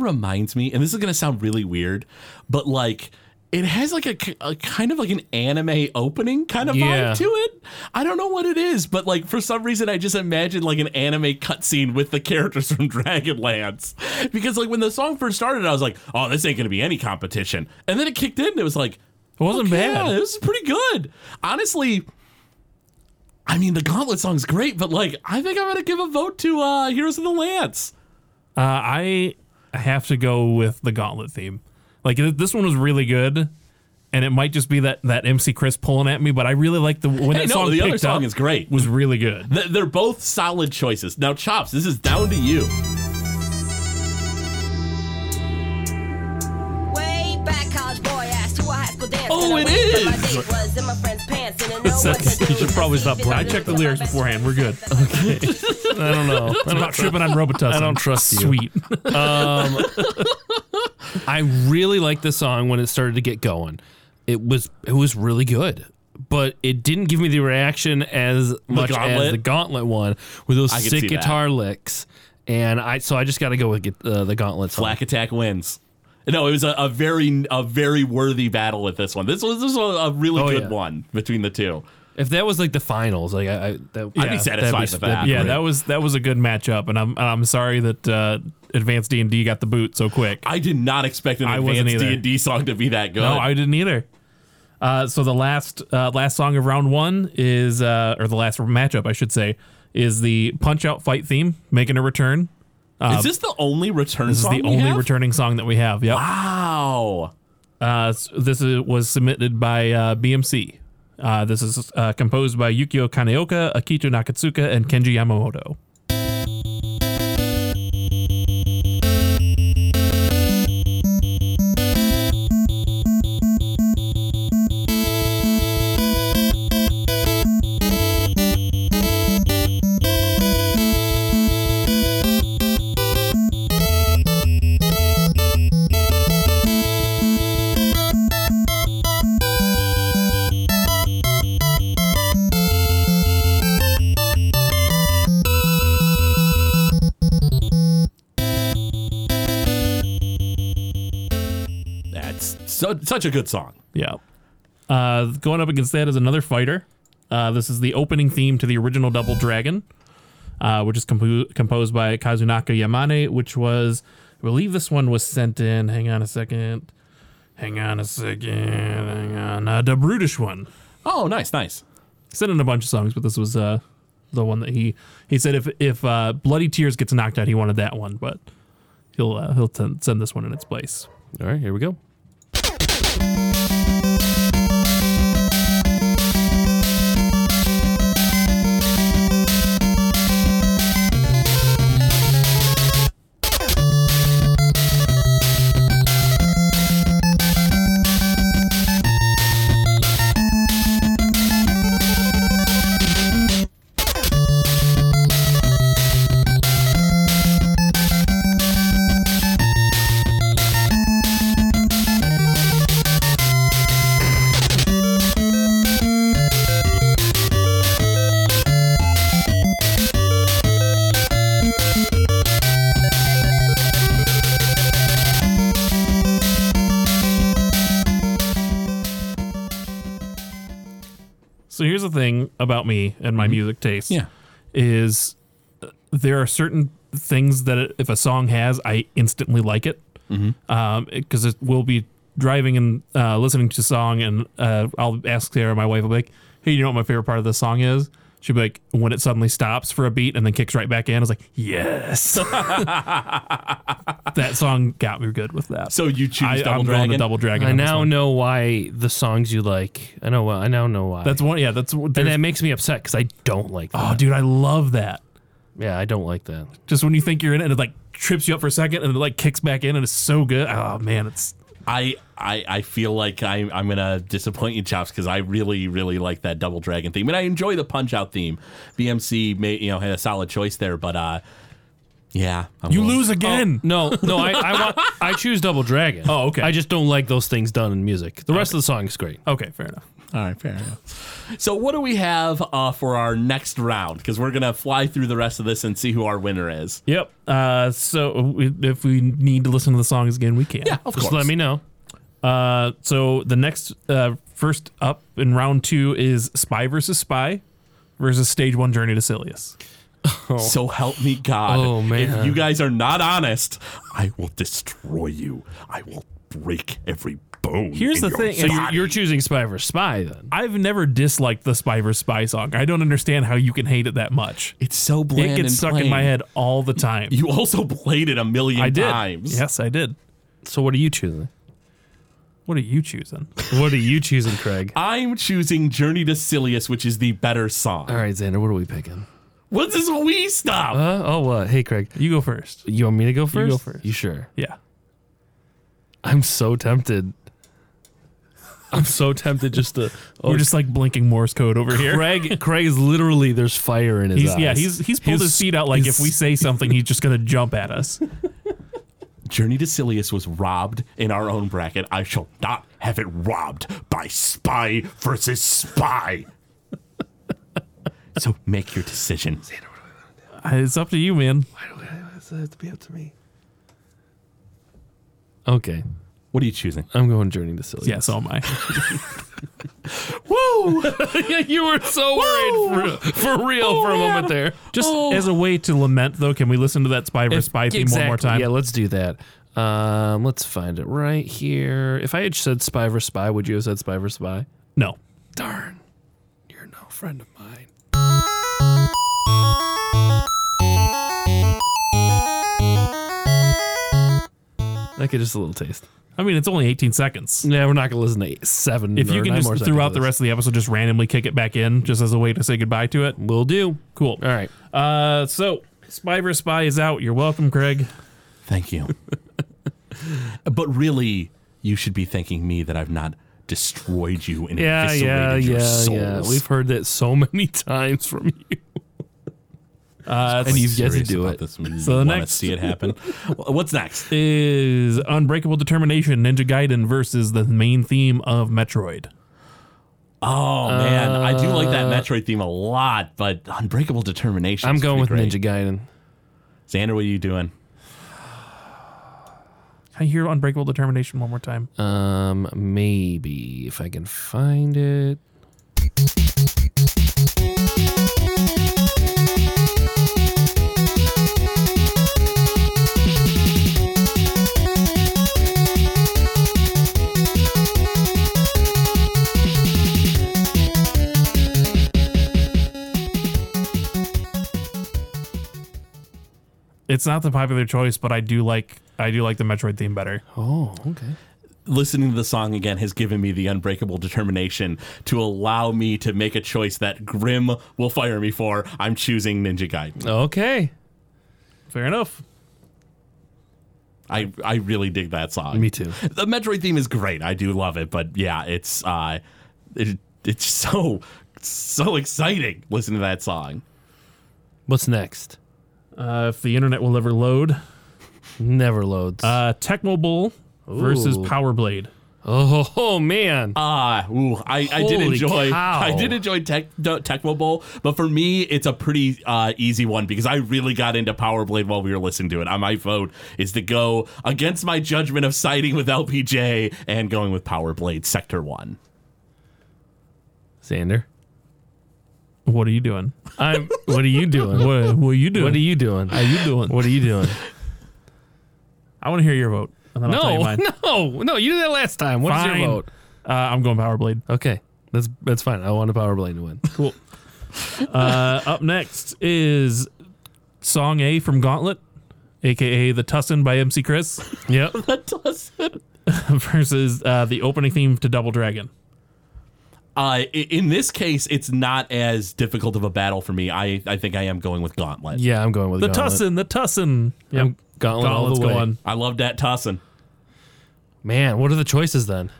[SPEAKER 3] reminds me, and this is gonna sound really weird, but like it has like a, k- a kind of like an anime opening kind of
[SPEAKER 4] Yeah.
[SPEAKER 3] vibe to it. I don't know what it is, but like for some reason I just imagine like an anime cutscene with the characters from Dragonlance. Because like when the song first started, I was like, oh, this ain't gonna be any competition. And then it kicked in, and it was like, it
[SPEAKER 2] wasn't bad.
[SPEAKER 3] Yeah, this is pretty good. Honestly, I mean, the Gauntlet song's great, but like, I think I'm gonna give a vote to uh Heroes of the Lance.
[SPEAKER 2] Uh, I have to go with the gauntlet theme. Like th- this one was really good, and it might just be that that MC Chris pulling at me, but I really like the when
[SPEAKER 3] Hey,
[SPEAKER 2] that
[SPEAKER 3] no,
[SPEAKER 2] song
[SPEAKER 3] the other
[SPEAKER 2] picked
[SPEAKER 3] song
[SPEAKER 2] up
[SPEAKER 3] is great.
[SPEAKER 2] Was really good.
[SPEAKER 3] Th- They're both solid choices. Now, Chops, this is down to you.
[SPEAKER 6] Way back, college boy asked who I high school dance.
[SPEAKER 3] Oh,
[SPEAKER 6] and I
[SPEAKER 3] it
[SPEAKER 6] went, but
[SPEAKER 3] is.
[SPEAKER 6] My date was in my friend's pants, and I know
[SPEAKER 2] sucks.
[SPEAKER 6] what to do.
[SPEAKER 2] You should probably stop playing. I checked the lyrics beforehand. We're good.
[SPEAKER 4] I don't know.
[SPEAKER 2] I'm not tripping on Robitussin.
[SPEAKER 4] I don't trust you.
[SPEAKER 2] Sweet.
[SPEAKER 4] I really liked the song when it started to get going. It was it was really good, but it didn't give me the reaction as much as
[SPEAKER 3] gauntlet?
[SPEAKER 4] the Gauntlet one with those
[SPEAKER 3] can
[SPEAKER 4] sick
[SPEAKER 3] see that.
[SPEAKER 4] guitar licks. And I so I just got to go with get- uh, the Gauntlet song.
[SPEAKER 3] Black Attack wins. No, it was a, a very a very worthy battle with this one. This was this was a really
[SPEAKER 4] Oh,
[SPEAKER 3] good
[SPEAKER 4] yeah.
[SPEAKER 3] one between the two.
[SPEAKER 4] If that was like the finals, like I, I that,
[SPEAKER 3] I'd be satisfied with that.
[SPEAKER 2] yeah,
[SPEAKER 3] Great.
[SPEAKER 2] that was that was a good matchup, and I'm and I'm sorry that uh, Advanced D and D got the boot so quick.
[SPEAKER 3] I did not expect an
[SPEAKER 2] I wasn't
[SPEAKER 3] advanced D
[SPEAKER 2] either.
[SPEAKER 3] and D song to be that good.
[SPEAKER 2] No, I didn't either. Uh, so the last uh, last song of round one is, uh, or the last matchup, I should say, is the Punch Out Fight theme making a return.
[SPEAKER 3] is this the only return?
[SPEAKER 2] uh, This is the only returning song that we have. Yep.
[SPEAKER 3] Wow.
[SPEAKER 2] Uh, s- this is, was submitted by uh, BMC. Uh, this is uh, composed by Yukio Kaneoka, Akito Nakatsuka, and Kenji Yamamoto.
[SPEAKER 3] That's so, such a good song.
[SPEAKER 2] Yeah. Uh, going up against that is another fighter. Uh, this is the opening theme to the original Double Dragon, uh, which is compo- composed by Kazunaka Yamane, which was, I believe this one was sent in. Hang on a second. Hang on a second. Hang on. Uh, the Brutish one.
[SPEAKER 3] Oh, nice, nice.
[SPEAKER 2] Sent in a bunch of songs, but this was uh, the one that he he said if if uh, Bloody Tears gets knocked out, he wanted that one, but he'll uh, he'll ten- send this one in its place.
[SPEAKER 4] All right, here we go.
[SPEAKER 2] So here's the thing about me and my music taste.
[SPEAKER 3] Yeah.
[SPEAKER 2] Is uh, there are certain things that it- if a song has, I instantly like it. Because it will be driving and uh, listening to song, and uh, I'll ask Sarah, my wife, I'll be like, hey, you know what my favorite part of this song is? She'll be like, when it suddenly stops for a beat and then kicks right back in. I was like, yes. that song got me good with that.
[SPEAKER 3] So you choose
[SPEAKER 2] I,
[SPEAKER 3] Double
[SPEAKER 2] I'm
[SPEAKER 3] Dragon.
[SPEAKER 2] going to Double Dragon.
[SPEAKER 4] I
[SPEAKER 2] on this
[SPEAKER 4] now
[SPEAKER 2] one.
[SPEAKER 4] know why the songs you like. I know. I now know why.
[SPEAKER 2] That's one. Yeah, that's.
[SPEAKER 4] and that
[SPEAKER 2] there's-
[SPEAKER 4] makes me upset because I don't like that.
[SPEAKER 2] Oh, dude, I love that.
[SPEAKER 4] yeah, I don't like that.
[SPEAKER 2] just when you think you're in it, it like trips you up for a second, and it like kicks back in, and it's so good. Oh man, it's
[SPEAKER 3] I, I I feel like I, I'm gonna disappoint you, Chops, because I really really like that Double Dragon theme, and I enjoy the Punch Out theme. BMC made you know had a solid choice there, but uh, yeah, I'm
[SPEAKER 2] you
[SPEAKER 3] going-
[SPEAKER 2] lose again.
[SPEAKER 4] No, no, I I, want, I choose Double Dragon.
[SPEAKER 2] Oh, okay.
[SPEAKER 4] I just don't like those things done in music. The rest of the song is great.
[SPEAKER 2] Okay, fair enough.
[SPEAKER 3] All right, fair enough. So, what do we have uh, for our next round? Because we're gonna fly through the rest of this and see who our winner is.
[SPEAKER 2] Yep. Uh, so if we need to listen to the songs again, we can.
[SPEAKER 3] Yeah, of
[SPEAKER 2] Just
[SPEAKER 3] course.
[SPEAKER 2] let me know. Uh, so the next uh, first up in round two is Spy versus Spy versus Stage One Journey to Silius. Oh.
[SPEAKER 3] So help me God!
[SPEAKER 4] Oh, man.
[SPEAKER 3] If you guys are not honest, I will destroy you. I will break every bone.
[SPEAKER 2] Here's the
[SPEAKER 3] in your
[SPEAKER 2] thing,
[SPEAKER 4] So
[SPEAKER 2] is-
[SPEAKER 3] body.
[SPEAKER 4] you're, you're choosing Spy versus Spy then.
[SPEAKER 2] I've never disliked the Spy versus Spy song. I don't understand how you can hate it that much.
[SPEAKER 3] it's so bland
[SPEAKER 2] It
[SPEAKER 3] and
[SPEAKER 2] gets stuck in
[SPEAKER 3] plain.
[SPEAKER 2] my head all the time.
[SPEAKER 3] You also played it a million
[SPEAKER 2] I did.
[SPEAKER 3] times.
[SPEAKER 2] Yes, I did.
[SPEAKER 4] So what are you choosing?
[SPEAKER 2] What are you choosing?
[SPEAKER 4] What are you choosing, Craig?
[SPEAKER 3] I'm choosing Journey to Silius, which is the better song.
[SPEAKER 4] All right, Xander, what are we picking?
[SPEAKER 3] What's this we stop?
[SPEAKER 4] Uh, oh, what? Hey, Craig,
[SPEAKER 2] You go first.
[SPEAKER 4] you want me to go first?
[SPEAKER 2] go first.
[SPEAKER 4] You sure?
[SPEAKER 2] Yeah.
[SPEAKER 4] I'm so tempted. I'm so tempted just to. Oh,
[SPEAKER 2] We're just like blinking Morse code over here.
[SPEAKER 4] Craig. Craig is literally there's fire in his
[SPEAKER 2] He's,
[SPEAKER 4] eyes.
[SPEAKER 2] yeah, he's he's pulled his feet out like if we say something, he's just gonna jump at us.
[SPEAKER 3] Journey to Silius was robbed in our own bracket. I shall not have it robbed by spy versus spy. so make your decision.
[SPEAKER 2] It's up to you, man.
[SPEAKER 4] okay.
[SPEAKER 3] What are you choosing?
[SPEAKER 4] I'm going Journey to Silly.
[SPEAKER 2] Yeah, so am I.
[SPEAKER 3] Woo!
[SPEAKER 4] you were so worried for, for real for a moment there.
[SPEAKER 2] Just
[SPEAKER 4] Oh.
[SPEAKER 2] as a way to lament, though, can we listen to that spy versus spy theme one more
[SPEAKER 4] Exactly.
[SPEAKER 2] time?
[SPEAKER 4] Yeah, let's do that. Um, let's find it right here. If I had said Spy versus Spy, would you have said Spy versus Spy?
[SPEAKER 2] No.
[SPEAKER 4] Darn, you're no friend of mine. Okay, just a little taste.
[SPEAKER 2] I mean, it's only 18 seconds.
[SPEAKER 4] Yeah, we're not gonna listen to eight, seven.
[SPEAKER 2] If
[SPEAKER 4] or
[SPEAKER 2] you can
[SPEAKER 4] nine more
[SPEAKER 2] just
[SPEAKER 4] seconds
[SPEAKER 2] throughout
[SPEAKER 4] of
[SPEAKER 2] the
[SPEAKER 4] this.
[SPEAKER 2] rest of the episode just randomly kick it back in, just as a way to say goodbye to it,
[SPEAKER 4] will do.
[SPEAKER 2] cool.
[SPEAKER 4] All right.
[SPEAKER 2] Uh, so spy versus spy is out. You're welcome, Craig.
[SPEAKER 3] Thank you. but really, you should be thanking me that I've not destroyed you and
[SPEAKER 4] Ah,
[SPEAKER 3] eviscerated your souls.
[SPEAKER 4] We've heard that so many times from you.
[SPEAKER 2] Uh,
[SPEAKER 3] I'm
[SPEAKER 2] and
[SPEAKER 4] you've yet to
[SPEAKER 3] serious
[SPEAKER 4] do
[SPEAKER 3] about
[SPEAKER 4] it.
[SPEAKER 3] This. We
[SPEAKER 2] So the
[SPEAKER 3] wanna
[SPEAKER 2] next-
[SPEAKER 3] see it happen. What's next?
[SPEAKER 2] is Unbreakable Determination Ninja Gaiden versus the main theme of Metroid.
[SPEAKER 3] Oh man, I do like that Metroid theme a lot, but Unbreakable Determination.
[SPEAKER 4] Uh, I'm
[SPEAKER 3] is
[SPEAKER 4] going with
[SPEAKER 3] pretty
[SPEAKER 4] Ninja Gaiden.
[SPEAKER 3] great. Xander, what are you doing?
[SPEAKER 2] Can I hear Unbreakable Determination one more time?
[SPEAKER 4] Um, maybe if I can find it.
[SPEAKER 2] It's not the popular choice, but I do like I do like the Metroid theme better.
[SPEAKER 4] Oh, okay.
[SPEAKER 3] Listening to the song again has given me the unbreakable determination to allow me to make a choice that Grim will fire me for. I'm choosing Ninja Gaiden.
[SPEAKER 4] Okay.
[SPEAKER 2] Fair enough.
[SPEAKER 3] I, I really dig that song.
[SPEAKER 4] Me too.
[SPEAKER 3] The Metroid theme is great. I do love it, but yeah, it's uh, it, it's so so exciting. Listen to that song.
[SPEAKER 4] What's next?
[SPEAKER 2] Uh, if the internet will ever load,
[SPEAKER 4] Never loads.
[SPEAKER 2] uh, Tecmo Bowl versus
[SPEAKER 4] Ooh.
[SPEAKER 2] Power Blade.
[SPEAKER 4] oh, man.
[SPEAKER 3] Ah, ooh, I, I did
[SPEAKER 4] Holy
[SPEAKER 3] enjoy
[SPEAKER 4] cow.
[SPEAKER 3] I did enjoy Tec- Do- Tecmo Bowl, but for me it's a pretty uh, easy one because I really got into Power Blade while we were listening to it. Uh, my vote is to go against my judgment of siding with LPJ and going with Power Blade Sector One.
[SPEAKER 4] Xander.
[SPEAKER 2] What are you doing?
[SPEAKER 4] I'm what are you doing?
[SPEAKER 2] What, what are you doing?
[SPEAKER 4] What are you doing?
[SPEAKER 2] How you doing?
[SPEAKER 4] What are you doing?
[SPEAKER 2] I want to hear your vote. And then I'll tell you
[SPEAKER 4] no,
[SPEAKER 2] mine.
[SPEAKER 4] no, no, you did that last time. What's
[SPEAKER 2] Fine.
[SPEAKER 4] your vote?
[SPEAKER 2] Uh, I'm going Power Blade.
[SPEAKER 4] Okay. That's that's fine. I want a power blade to win.
[SPEAKER 2] Cool. uh, up next is Song A from Gauntlet, aka The Tussin by MC Chris,
[SPEAKER 4] yep.
[SPEAKER 2] versus uh, the opening theme to Double Dragon.
[SPEAKER 3] Uh, i- in this case, it's not as difficult of a battle for me. I, I think I am going with Gauntlet.
[SPEAKER 4] Yeah, I'm going with
[SPEAKER 2] The
[SPEAKER 4] gauntlet.
[SPEAKER 2] Tussin, the Tussin.
[SPEAKER 4] Yep.
[SPEAKER 2] I'm-
[SPEAKER 4] Gauntlet all
[SPEAKER 2] Gauntlet's
[SPEAKER 4] the way.
[SPEAKER 2] going.
[SPEAKER 3] I love that Tossin.
[SPEAKER 4] Man, what are the choices then?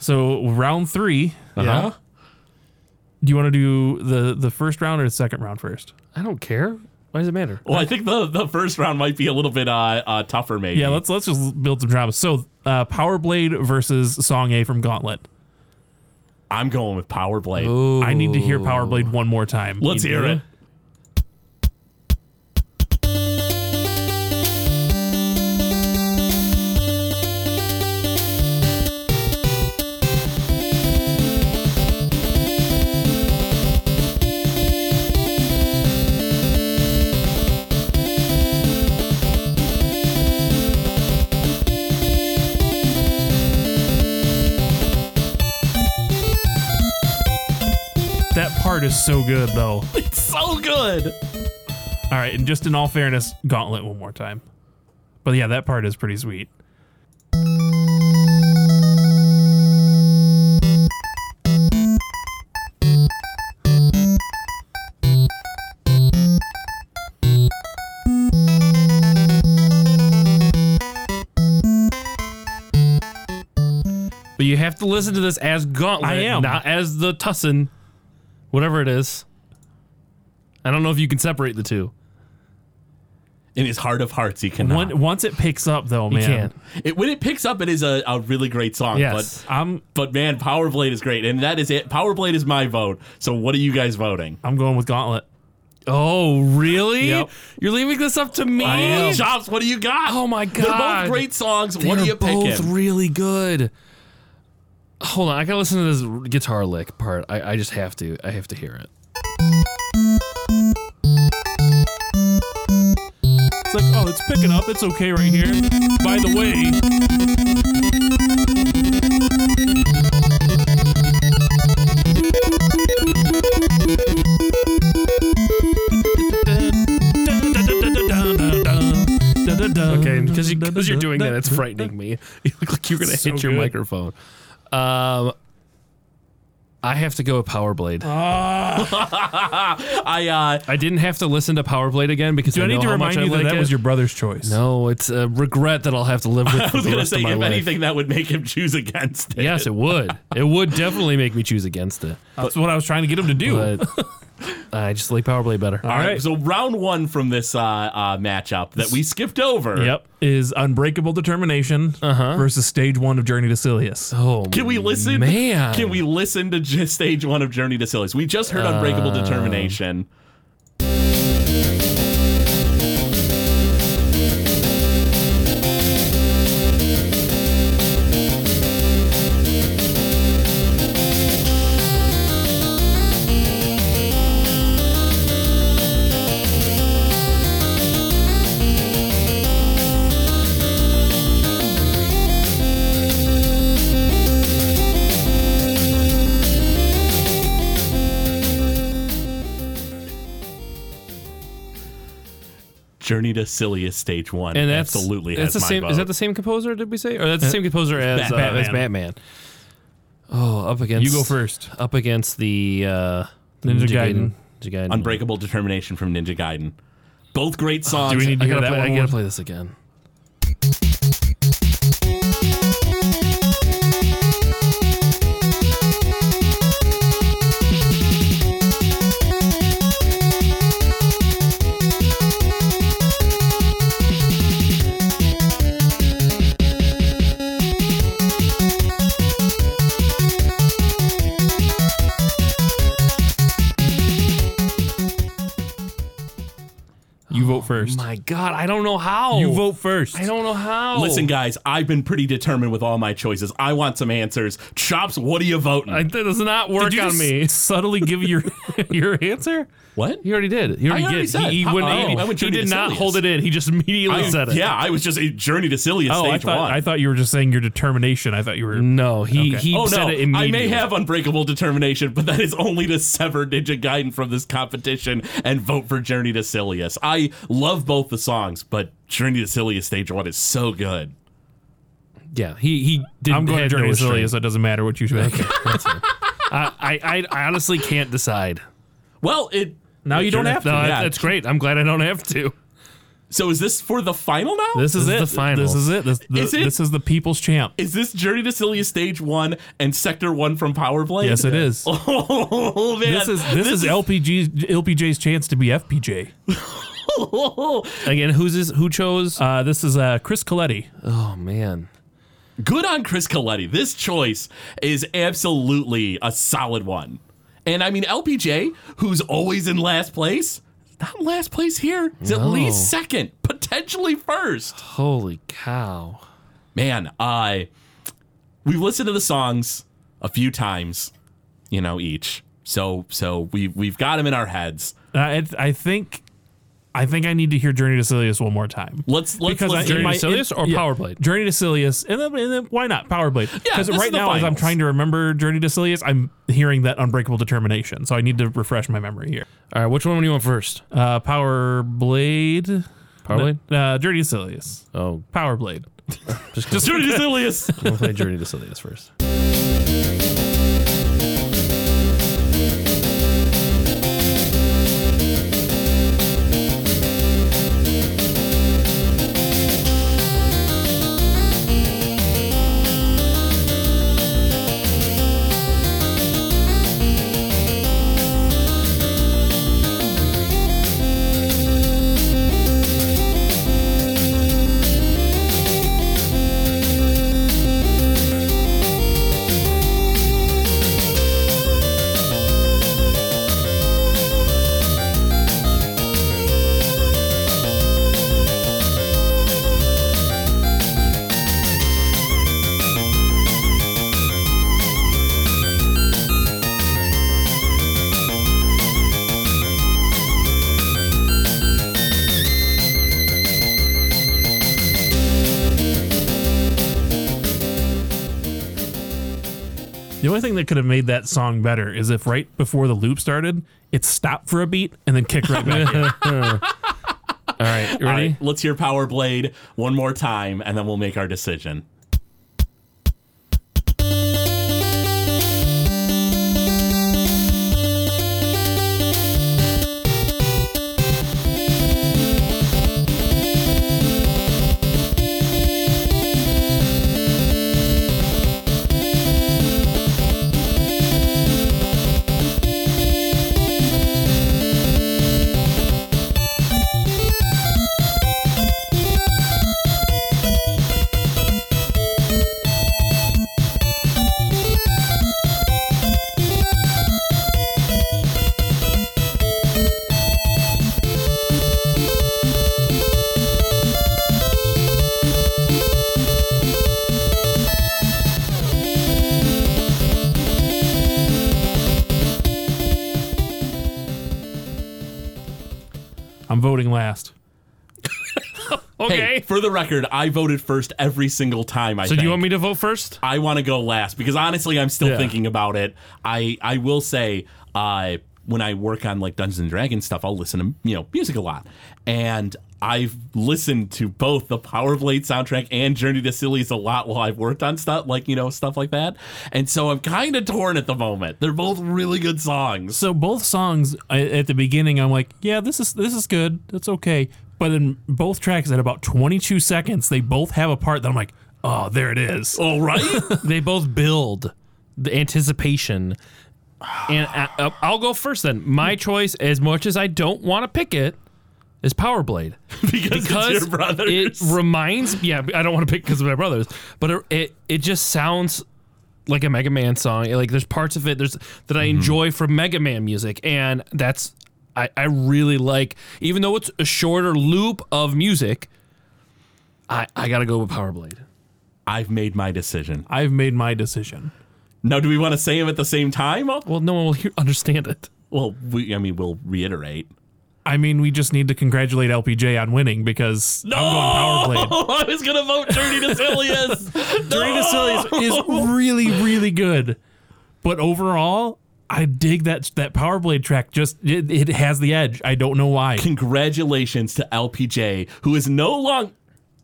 [SPEAKER 2] So round three.
[SPEAKER 3] Uh-huh.
[SPEAKER 2] Do you want to do the the first round or the second round first?
[SPEAKER 4] I don't care. Why does it matter?
[SPEAKER 3] Well, I think the, the first round might be a little bit uh, uh, tougher, maybe.
[SPEAKER 2] Yeah, let's let's just build some drama. So uh, Power Blade versus Song A from Gauntlet.
[SPEAKER 3] I'm going with Power Blade.
[SPEAKER 2] I need to hear Power Blade one more time.
[SPEAKER 3] Let's
[SPEAKER 2] You
[SPEAKER 3] hear
[SPEAKER 2] do?
[SPEAKER 3] it.
[SPEAKER 2] That part is so good though.
[SPEAKER 3] It's so good.
[SPEAKER 2] All right, and just in all fairness, Gauntlet one more time. But yeah, that part is pretty sweet.
[SPEAKER 4] But you have to listen to this as Gauntlet,
[SPEAKER 2] I am.
[SPEAKER 4] not as the Tussin, whatever it is. I don't know if you can separate the two.
[SPEAKER 3] In his heart of hearts, he cannot.
[SPEAKER 2] One, once it picks up though,
[SPEAKER 4] You
[SPEAKER 2] man.
[SPEAKER 4] can't.
[SPEAKER 3] It, when it picks up, it is a, a really great song.
[SPEAKER 4] Yes.
[SPEAKER 3] But,
[SPEAKER 2] I'm
[SPEAKER 3] but man, Power Blade is great. And that is it. Power Blade is my vote. So what are you guys voting?
[SPEAKER 2] I'm going with Gauntlet.
[SPEAKER 4] Oh, really?
[SPEAKER 2] Yep.
[SPEAKER 4] You're leaving this up to me?
[SPEAKER 3] Chops, what do you got?
[SPEAKER 4] Oh my god.
[SPEAKER 3] They're both great songs. what are
[SPEAKER 4] They're
[SPEAKER 3] you
[SPEAKER 4] both
[SPEAKER 3] picking?
[SPEAKER 4] really good. Hold on, I gotta listen to this r- guitar lick part. I, I just have to. I have to hear it.
[SPEAKER 2] It's like, oh, it's picking up. It's okay right here. By the way,
[SPEAKER 4] Okay, because you, are doing that, it's frightening me. You look like you're gonna
[SPEAKER 2] So
[SPEAKER 4] hit your
[SPEAKER 2] good.
[SPEAKER 4] microphone. Um, I have to go with Power Blade.
[SPEAKER 3] I uh,
[SPEAKER 4] Ah. I didn't have to listen to Power Blade again because
[SPEAKER 2] do
[SPEAKER 4] I,
[SPEAKER 2] I need
[SPEAKER 4] know
[SPEAKER 2] to
[SPEAKER 4] how
[SPEAKER 2] remind
[SPEAKER 4] much
[SPEAKER 2] you
[SPEAKER 4] I
[SPEAKER 2] that
[SPEAKER 4] like
[SPEAKER 2] that
[SPEAKER 4] it.
[SPEAKER 2] was your brother's choice?
[SPEAKER 4] no, it's a regret that I'll have to live with.
[SPEAKER 3] I was
[SPEAKER 4] going
[SPEAKER 3] gonna
[SPEAKER 4] to
[SPEAKER 3] say,
[SPEAKER 4] my
[SPEAKER 3] if
[SPEAKER 4] life.
[SPEAKER 3] anything, that would make him choose against it.
[SPEAKER 4] Yes, it would. It would definitely make me choose against it.
[SPEAKER 2] that's what I was trying to get him to do.
[SPEAKER 4] But uh, I just like Power Blade better.
[SPEAKER 3] All right.
[SPEAKER 2] right.
[SPEAKER 3] So round one from this uh, uh, matchup that we skipped over.
[SPEAKER 2] Yep, is Unbreakable Determination versus Stage One of Journey to Silius.
[SPEAKER 4] Uh-huh. Oh,
[SPEAKER 3] Can we listen?
[SPEAKER 4] Man, Uh,
[SPEAKER 3] Can we listen to just stage one of Journey to Silius? We just heard Unbreakable Determination. Journey to Silius stage one.
[SPEAKER 4] And that's
[SPEAKER 3] absolutely
[SPEAKER 4] That's
[SPEAKER 3] has
[SPEAKER 4] the
[SPEAKER 3] my
[SPEAKER 4] same.
[SPEAKER 3] vote.
[SPEAKER 4] Is that the same composer? Did we say? Or that's the same composer as uh,
[SPEAKER 2] Batman.
[SPEAKER 4] as Batman? Oh, up against
[SPEAKER 2] You go first.
[SPEAKER 4] Up against the uh,
[SPEAKER 2] Ninja Gaiden.
[SPEAKER 4] Ninja Gaiden.
[SPEAKER 3] Unbreakable Determination from Ninja Gaiden? Both great songs.
[SPEAKER 2] Do we need to
[SPEAKER 4] I
[SPEAKER 2] hear
[SPEAKER 4] gotta,
[SPEAKER 2] that
[SPEAKER 4] play, I
[SPEAKER 2] one?
[SPEAKER 4] gotta
[SPEAKER 2] more?
[SPEAKER 4] play this again.
[SPEAKER 2] You vote first.
[SPEAKER 4] Oh My God, I don't know how.
[SPEAKER 2] You vote first.
[SPEAKER 4] I don't know how.
[SPEAKER 3] Listen, guys, I've been pretty determined with all my choices. I want some answers. Chops, what are you voting?
[SPEAKER 4] I, that does not work
[SPEAKER 2] Did you
[SPEAKER 4] on
[SPEAKER 2] just
[SPEAKER 4] me.
[SPEAKER 2] subtly give your your answer?
[SPEAKER 3] what?
[SPEAKER 4] He already did. He already,
[SPEAKER 3] I already
[SPEAKER 4] did.
[SPEAKER 3] said.
[SPEAKER 4] he, he,
[SPEAKER 3] How-
[SPEAKER 4] wouldn't-
[SPEAKER 3] oh,
[SPEAKER 4] he-
[SPEAKER 3] I went
[SPEAKER 4] he
[SPEAKER 3] Journey
[SPEAKER 4] did
[SPEAKER 3] to
[SPEAKER 4] not
[SPEAKER 3] Silius.
[SPEAKER 4] hold it in. He just immediately
[SPEAKER 3] I-
[SPEAKER 4] said it.
[SPEAKER 3] Yeah, I was just a Journey to Silius
[SPEAKER 2] Oh,
[SPEAKER 3] stage
[SPEAKER 2] I thought
[SPEAKER 3] one.
[SPEAKER 2] I thought you were just saying your determination. I thought you were.
[SPEAKER 4] No, he he
[SPEAKER 3] Oh
[SPEAKER 4] said
[SPEAKER 3] no!
[SPEAKER 4] it immediately.
[SPEAKER 3] I may have unbreakable determination, but that is only to sever Ninja Gaiden from this competition and vote for Journey to Silius. I love both the songs, but Journey to Silius Stage One is so good.
[SPEAKER 4] Yeah, he he didn't.
[SPEAKER 2] I'm going
[SPEAKER 4] had no
[SPEAKER 2] Journey to Silius.
[SPEAKER 4] restraint.
[SPEAKER 2] so It doesn't matter what you think.
[SPEAKER 4] I, I I honestly can't decide.
[SPEAKER 3] Well, it
[SPEAKER 2] Now you don't have to.
[SPEAKER 4] No,
[SPEAKER 3] Yeah.
[SPEAKER 4] That's great. I'm glad I don't have to.
[SPEAKER 3] so is this for the final now?
[SPEAKER 2] This is
[SPEAKER 4] This
[SPEAKER 2] it.
[SPEAKER 4] is the final.
[SPEAKER 2] This is it. This, the,
[SPEAKER 3] Is it?
[SPEAKER 2] this is the people's champ.
[SPEAKER 3] is this Journey to Silius Stage One and Sector One from Power Blade?
[SPEAKER 2] Yes, it is.
[SPEAKER 3] Oh man,
[SPEAKER 2] This is this, is, LPG's LPJ's chance to be FPJ.
[SPEAKER 4] Again, who's this, who chose?
[SPEAKER 2] Uh, this is uh, Chris Coletti.
[SPEAKER 4] Oh man,
[SPEAKER 3] Good on Chris Coletti. This choice is absolutely a solid one. And I mean, LPJ, who's always in last place, not last place here. He's at least second, potentially first
[SPEAKER 4] Holy cow.
[SPEAKER 3] man, I we've listened to the songs a few times, you know, each. So so we we've got them in our heads.
[SPEAKER 2] Uh, I, I think, I think I need to hear Journey to Silius one more time.
[SPEAKER 3] Let's let's
[SPEAKER 2] Because I-
[SPEAKER 3] let's
[SPEAKER 2] in
[SPEAKER 3] do
[SPEAKER 2] my-
[SPEAKER 3] it.
[SPEAKER 4] Silius or Power Blade?
[SPEAKER 2] Journey to Silius, and then, and then why not Power Blade? Because
[SPEAKER 3] this is
[SPEAKER 2] right
[SPEAKER 3] the
[SPEAKER 2] now, as I'm
[SPEAKER 3] finals.
[SPEAKER 2] trying to remember Journey to Silius, I'm hearing that Unbreakable Determination, so I need to refresh my memory here.
[SPEAKER 4] All right, which one do you want first?
[SPEAKER 2] Uh, Power Blade,
[SPEAKER 4] Power Blade?
[SPEAKER 2] uh, Journey to Silius,
[SPEAKER 4] Oh,
[SPEAKER 2] Power Blade.
[SPEAKER 4] just,
[SPEAKER 3] Just do it, Silius.
[SPEAKER 4] I'm gonna play Journey to Silius first.
[SPEAKER 2] The only thing that could have made that song better is if right before the loop started, it stopped for a beat and then kicked right back in.
[SPEAKER 4] All right, you
[SPEAKER 3] All
[SPEAKER 4] ready?
[SPEAKER 3] right, let's hear Power Blade one more time, and then we'll make our decision.
[SPEAKER 2] I'm voting last.
[SPEAKER 4] Okay.
[SPEAKER 3] Hey, for the record, I voted first every single time. I
[SPEAKER 4] so do
[SPEAKER 3] think.
[SPEAKER 4] you want me to vote first?
[SPEAKER 3] I want to go last because honestly, I'm still thinking about it. I I will say, uh, when I work on like Dungeons and Dragons stuff, I'll listen to you know music a lot, and I've listened to both the Power Blade soundtrack and Journey to Silius a lot while I've worked on stuff like you know stuff like that, and so I'm kind of torn at the moment. They're both really good songs.
[SPEAKER 2] So both songs I, at the beginning, I'm like, yeah, this is this is good, that's okay. But in both tracks, at about 22 seconds, they both have a part that I'm like, oh, there it is.
[SPEAKER 3] All right,
[SPEAKER 4] they both build the anticipation. And I, I'll go first then. My
[SPEAKER 3] Hmm.
[SPEAKER 4] choice, as much as I don't want to pick it, is Power Blade.
[SPEAKER 3] because, it's your brothers.
[SPEAKER 4] it reminds yeah i don't want to pick because of my brothers but it, it it just sounds like a mega man song like there's parts of it there's that i
[SPEAKER 3] Mm-hmm.
[SPEAKER 4] enjoy from mega man music and that's I, I really like even though it's a shorter loop of music i i gotta go with power blade
[SPEAKER 3] I've made my decision.
[SPEAKER 2] I've made my decision.
[SPEAKER 3] Now, do we want to say them at the same time?
[SPEAKER 4] well no one will hear, understand it
[SPEAKER 3] Well, we, I mean, we'll reiterate.
[SPEAKER 2] I mean, we just need to congratulate LPJ on winning because I'm going Powerblade.
[SPEAKER 3] Oh, I was gonna vote Journey to Silius.
[SPEAKER 2] Three to Sillies is really, really good. But overall, I dig that that Powerblade track. Just it, it has the edge. I don't know why.
[SPEAKER 3] Congratulations to LPJ, who is no long.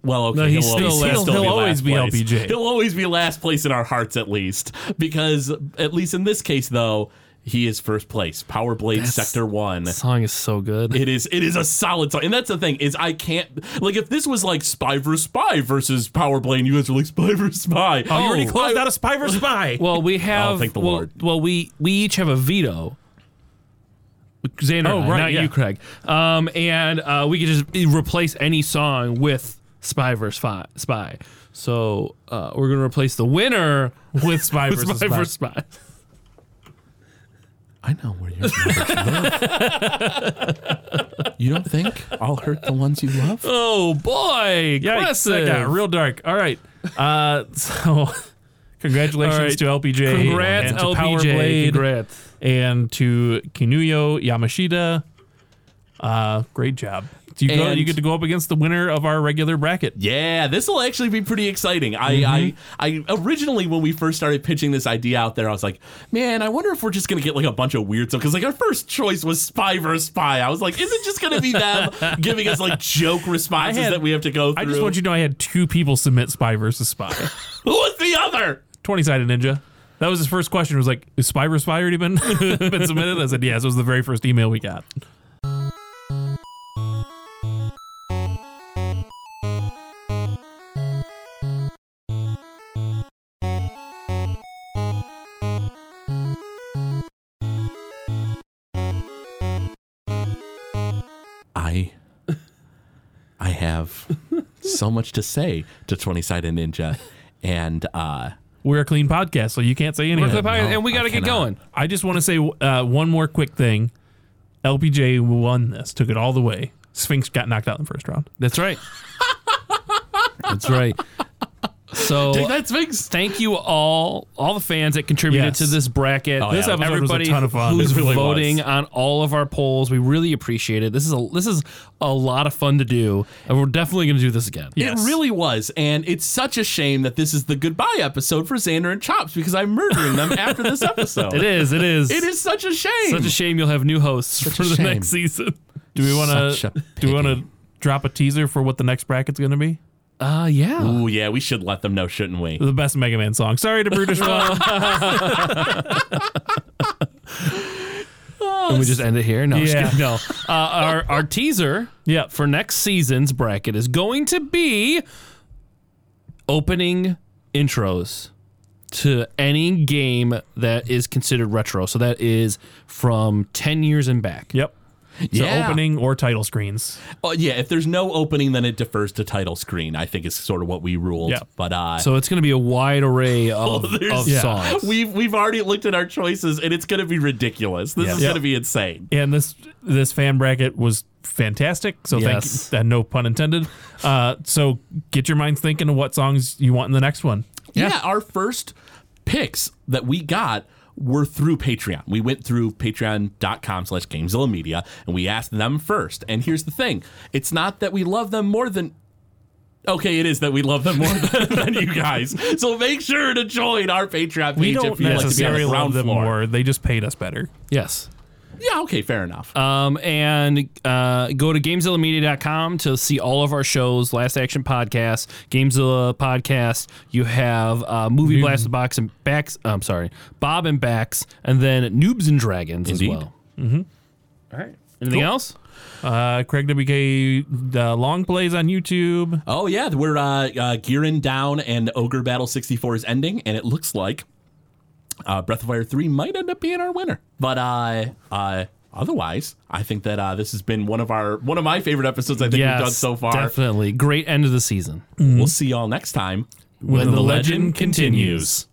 [SPEAKER 3] Well, okay,
[SPEAKER 2] No, he's
[SPEAKER 3] he'll,
[SPEAKER 2] still-
[SPEAKER 3] he'll
[SPEAKER 2] he'll- he'll always
[SPEAKER 3] last
[SPEAKER 2] be
[SPEAKER 3] place.
[SPEAKER 2] LPJ.
[SPEAKER 3] He'll always be last place in our hearts, at least, because at least in this case, though, he is first place. Power Blade Sector One.
[SPEAKER 4] the song is so good
[SPEAKER 3] It is it is a solid song, and that's the thing is I can't like if this was like Spy vs Spy versus Power Blade, you guys are like Spy vs Spy.
[SPEAKER 2] Oh, you already
[SPEAKER 3] I-
[SPEAKER 2] closed out a spy versus spy.
[SPEAKER 4] well we have
[SPEAKER 3] thank the
[SPEAKER 4] well,
[SPEAKER 3] Lord.
[SPEAKER 4] well we we each have a veto Xander,
[SPEAKER 2] Oh,
[SPEAKER 4] and I,
[SPEAKER 2] right,
[SPEAKER 4] not
[SPEAKER 2] yeah.
[SPEAKER 4] you, Craig. Um, and uh, we could just replace any e, song with Spy versus Fi- Spy. So uh, we're gonna replace the winner
[SPEAKER 2] with Spy
[SPEAKER 4] with
[SPEAKER 2] versus
[SPEAKER 4] Spy
[SPEAKER 2] Spy.
[SPEAKER 4] versus Spy.
[SPEAKER 3] I know where your numbers live. You don't think I'll hurt the ones you love?
[SPEAKER 4] Oh boy,
[SPEAKER 2] Yikes, that got real dark. All right. Uh, so congratulations
[SPEAKER 4] All right.
[SPEAKER 2] to LPJ.
[SPEAKER 4] Congrats,
[SPEAKER 2] and to
[SPEAKER 4] LBJ.
[SPEAKER 2] Power Blade
[SPEAKER 4] Congrats.
[SPEAKER 2] and to Kinuyo Yamashita. Uh, great job. Do you go,
[SPEAKER 3] And-
[SPEAKER 2] you get to go up against the winner of our regular bracket.
[SPEAKER 3] Yeah, this will actually be pretty exciting. I, I, I originally when we first started pitching this idea out there, I was like, man, I wonder if we're just gonna get like a bunch of weird stuff because like our first choice was spy versus spy. I was like, is it just gonna be them giving us like joke responses
[SPEAKER 2] had-
[SPEAKER 3] that we have to go through?
[SPEAKER 2] I just want you to know I had two people submit Spy versus Spy.
[SPEAKER 3] Who was the other?
[SPEAKER 2] 20 sided ninja. That was his first question. It was like, is Spy versus Spy already been, been submitted? I said, yes. It was the very first email we got.
[SPEAKER 3] I I have so much to say to 20 Sided Ninja. And uh
[SPEAKER 2] We're a clean podcast, so you can't say anything.
[SPEAKER 4] and we
[SPEAKER 3] I
[SPEAKER 4] gotta get
[SPEAKER 3] cannot.
[SPEAKER 4] going.
[SPEAKER 2] I just want to say uh, one more quick thing. LPJ won this, took it all the way. Sphinx got knocked out in the first round.
[SPEAKER 4] That's right. That's right. So
[SPEAKER 3] that's Sphinx.
[SPEAKER 4] thank you all, all the fans that contributed
[SPEAKER 2] Yes. Oh,
[SPEAKER 4] to this bracket.
[SPEAKER 2] yeah. This episode was a
[SPEAKER 4] everybody
[SPEAKER 2] ton of fun.
[SPEAKER 4] who's
[SPEAKER 2] It really was.
[SPEAKER 4] voting on all of our polls. We really appreciate it. This is a this is a lot of fun to do, and we're definitely going to do this again.
[SPEAKER 3] It really was, and it's such a shame that this is the goodbye episode for Xander and Chops because I'm murdering them after this episode.
[SPEAKER 4] It is. It is.
[SPEAKER 3] It is such a shame.
[SPEAKER 4] Such a shame you'll have new hosts for
[SPEAKER 3] a
[SPEAKER 4] the
[SPEAKER 3] shame.
[SPEAKER 4] next season.
[SPEAKER 2] Do we want
[SPEAKER 3] Such
[SPEAKER 2] to?
[SPEAKER 3] a
[SPEAKER 2] Do we want to
[SPEAKER 3] pity.
[SPEAKER 2] drop a teaser for what the next bracket's going to be?
[SPEAKER 4] Uh yeah.
[SPEAKER 3] Ooh, yeah, we should let them know, shouldn't we?
[SPEAKER 2] The best Mega Man song. Sorry to Brutish one.
[SPEAKER 4] Can we just end it here? No, I'm just
[SPEAKER 2] Yeah.
[SPEAKER 4] kidding. no. Uh, our our teaser
[SPEAKER 2] Yeah.
[SPEAKER 4] for next season's bracket is going to be opening intros to any game that is considered retro. So that is from ten years and back.
[SPEAKER 2] Yep. So
[SPEAKER 3] Yeah.
[SPEAKER 2] opening or title screens.
[SPEAKER 3] Oh, yeah, if there's no opening, then it defers to title screen. I think is sort of what we ruled.
[SPEAKER 2] Yeah.
[SPEAKER 3] But uh,
[SPEAKER 4] So it's going to be a wide array of,
[SPEAKER 3] there's-
[SPEAKER 4] of
[SPEAKER 3] Yeah.
[SPEAKER 4] songs.
[SPEAKER 3] we've we've already looked at our choices, and it's going to be ridiculous. This
[SPEAKER 2] Yeah.
[SPEAKER 3] is
[SPEAKER 2] Yeah.
[SPEAKER 3] going to be insane.
[SPEAKER 2] And this this fan bracket was fantastic. So
[SPEAKER 4] Yes.
[SPEAKER 2] thank you. Uh, no pun intended. Uh, so get your minds thinking of what songs you want in the next one.
[SPEAKER 3] Yeah. our first picks that we got were through Patreon. We went through patreon.com slash Gamezilla Media and we asked them first. And here's the thing it's not that we love them more than. Okay, it is that we love them more than, than you guys. So make sure to join our Patreon page
[SPEAKER 2] We don't
[SPEAKER 3] if you'd like to be on
[SPEAKER 2] necessarily
[SPEAKER 3] the ground
[SPEAKER 2] love them
[SPEAKER 3] floor.
[SPEAKER 2] more. They just paid us better.
[SPEAKER 4] Yes.
[SPEAKER 3] Yeah, okay, fair enough.
[SPEAKER 4] Um, and uh, go to GamezillaMedia.com to see all of our shows, Last Action Podcast, Gamezilla Podcast. You have uh, Movie Blast the Box and Backs. I'm sorry, Bob and Backs, and then Noobs and Dragons
[SPEAKER 3] Indeed.
[SPEAKER 4] as well. Mm-hmm. All right. Anything else?
[SPEAKER 2] Uh, Craig WK uh, long plays on YouTube.
[SPEAKER 3] oh, yeah, we're uh, uh, gearing down and Ogre Battle 64 is ending, and it looks like uh, Breath of Fire 3 might end up being our winner. But uh, uh, otherwise, I think that uh, this has been one of our one of my favorite episodes I think
[SPEAKER 4] yes.
[SPEAKER 3] we've done so far.
[SPEAKER 4] Definitely. Great end of the season.
[SPEAKER 3] We'll see y'all next time
[SPEAKER 2] When the legend continues.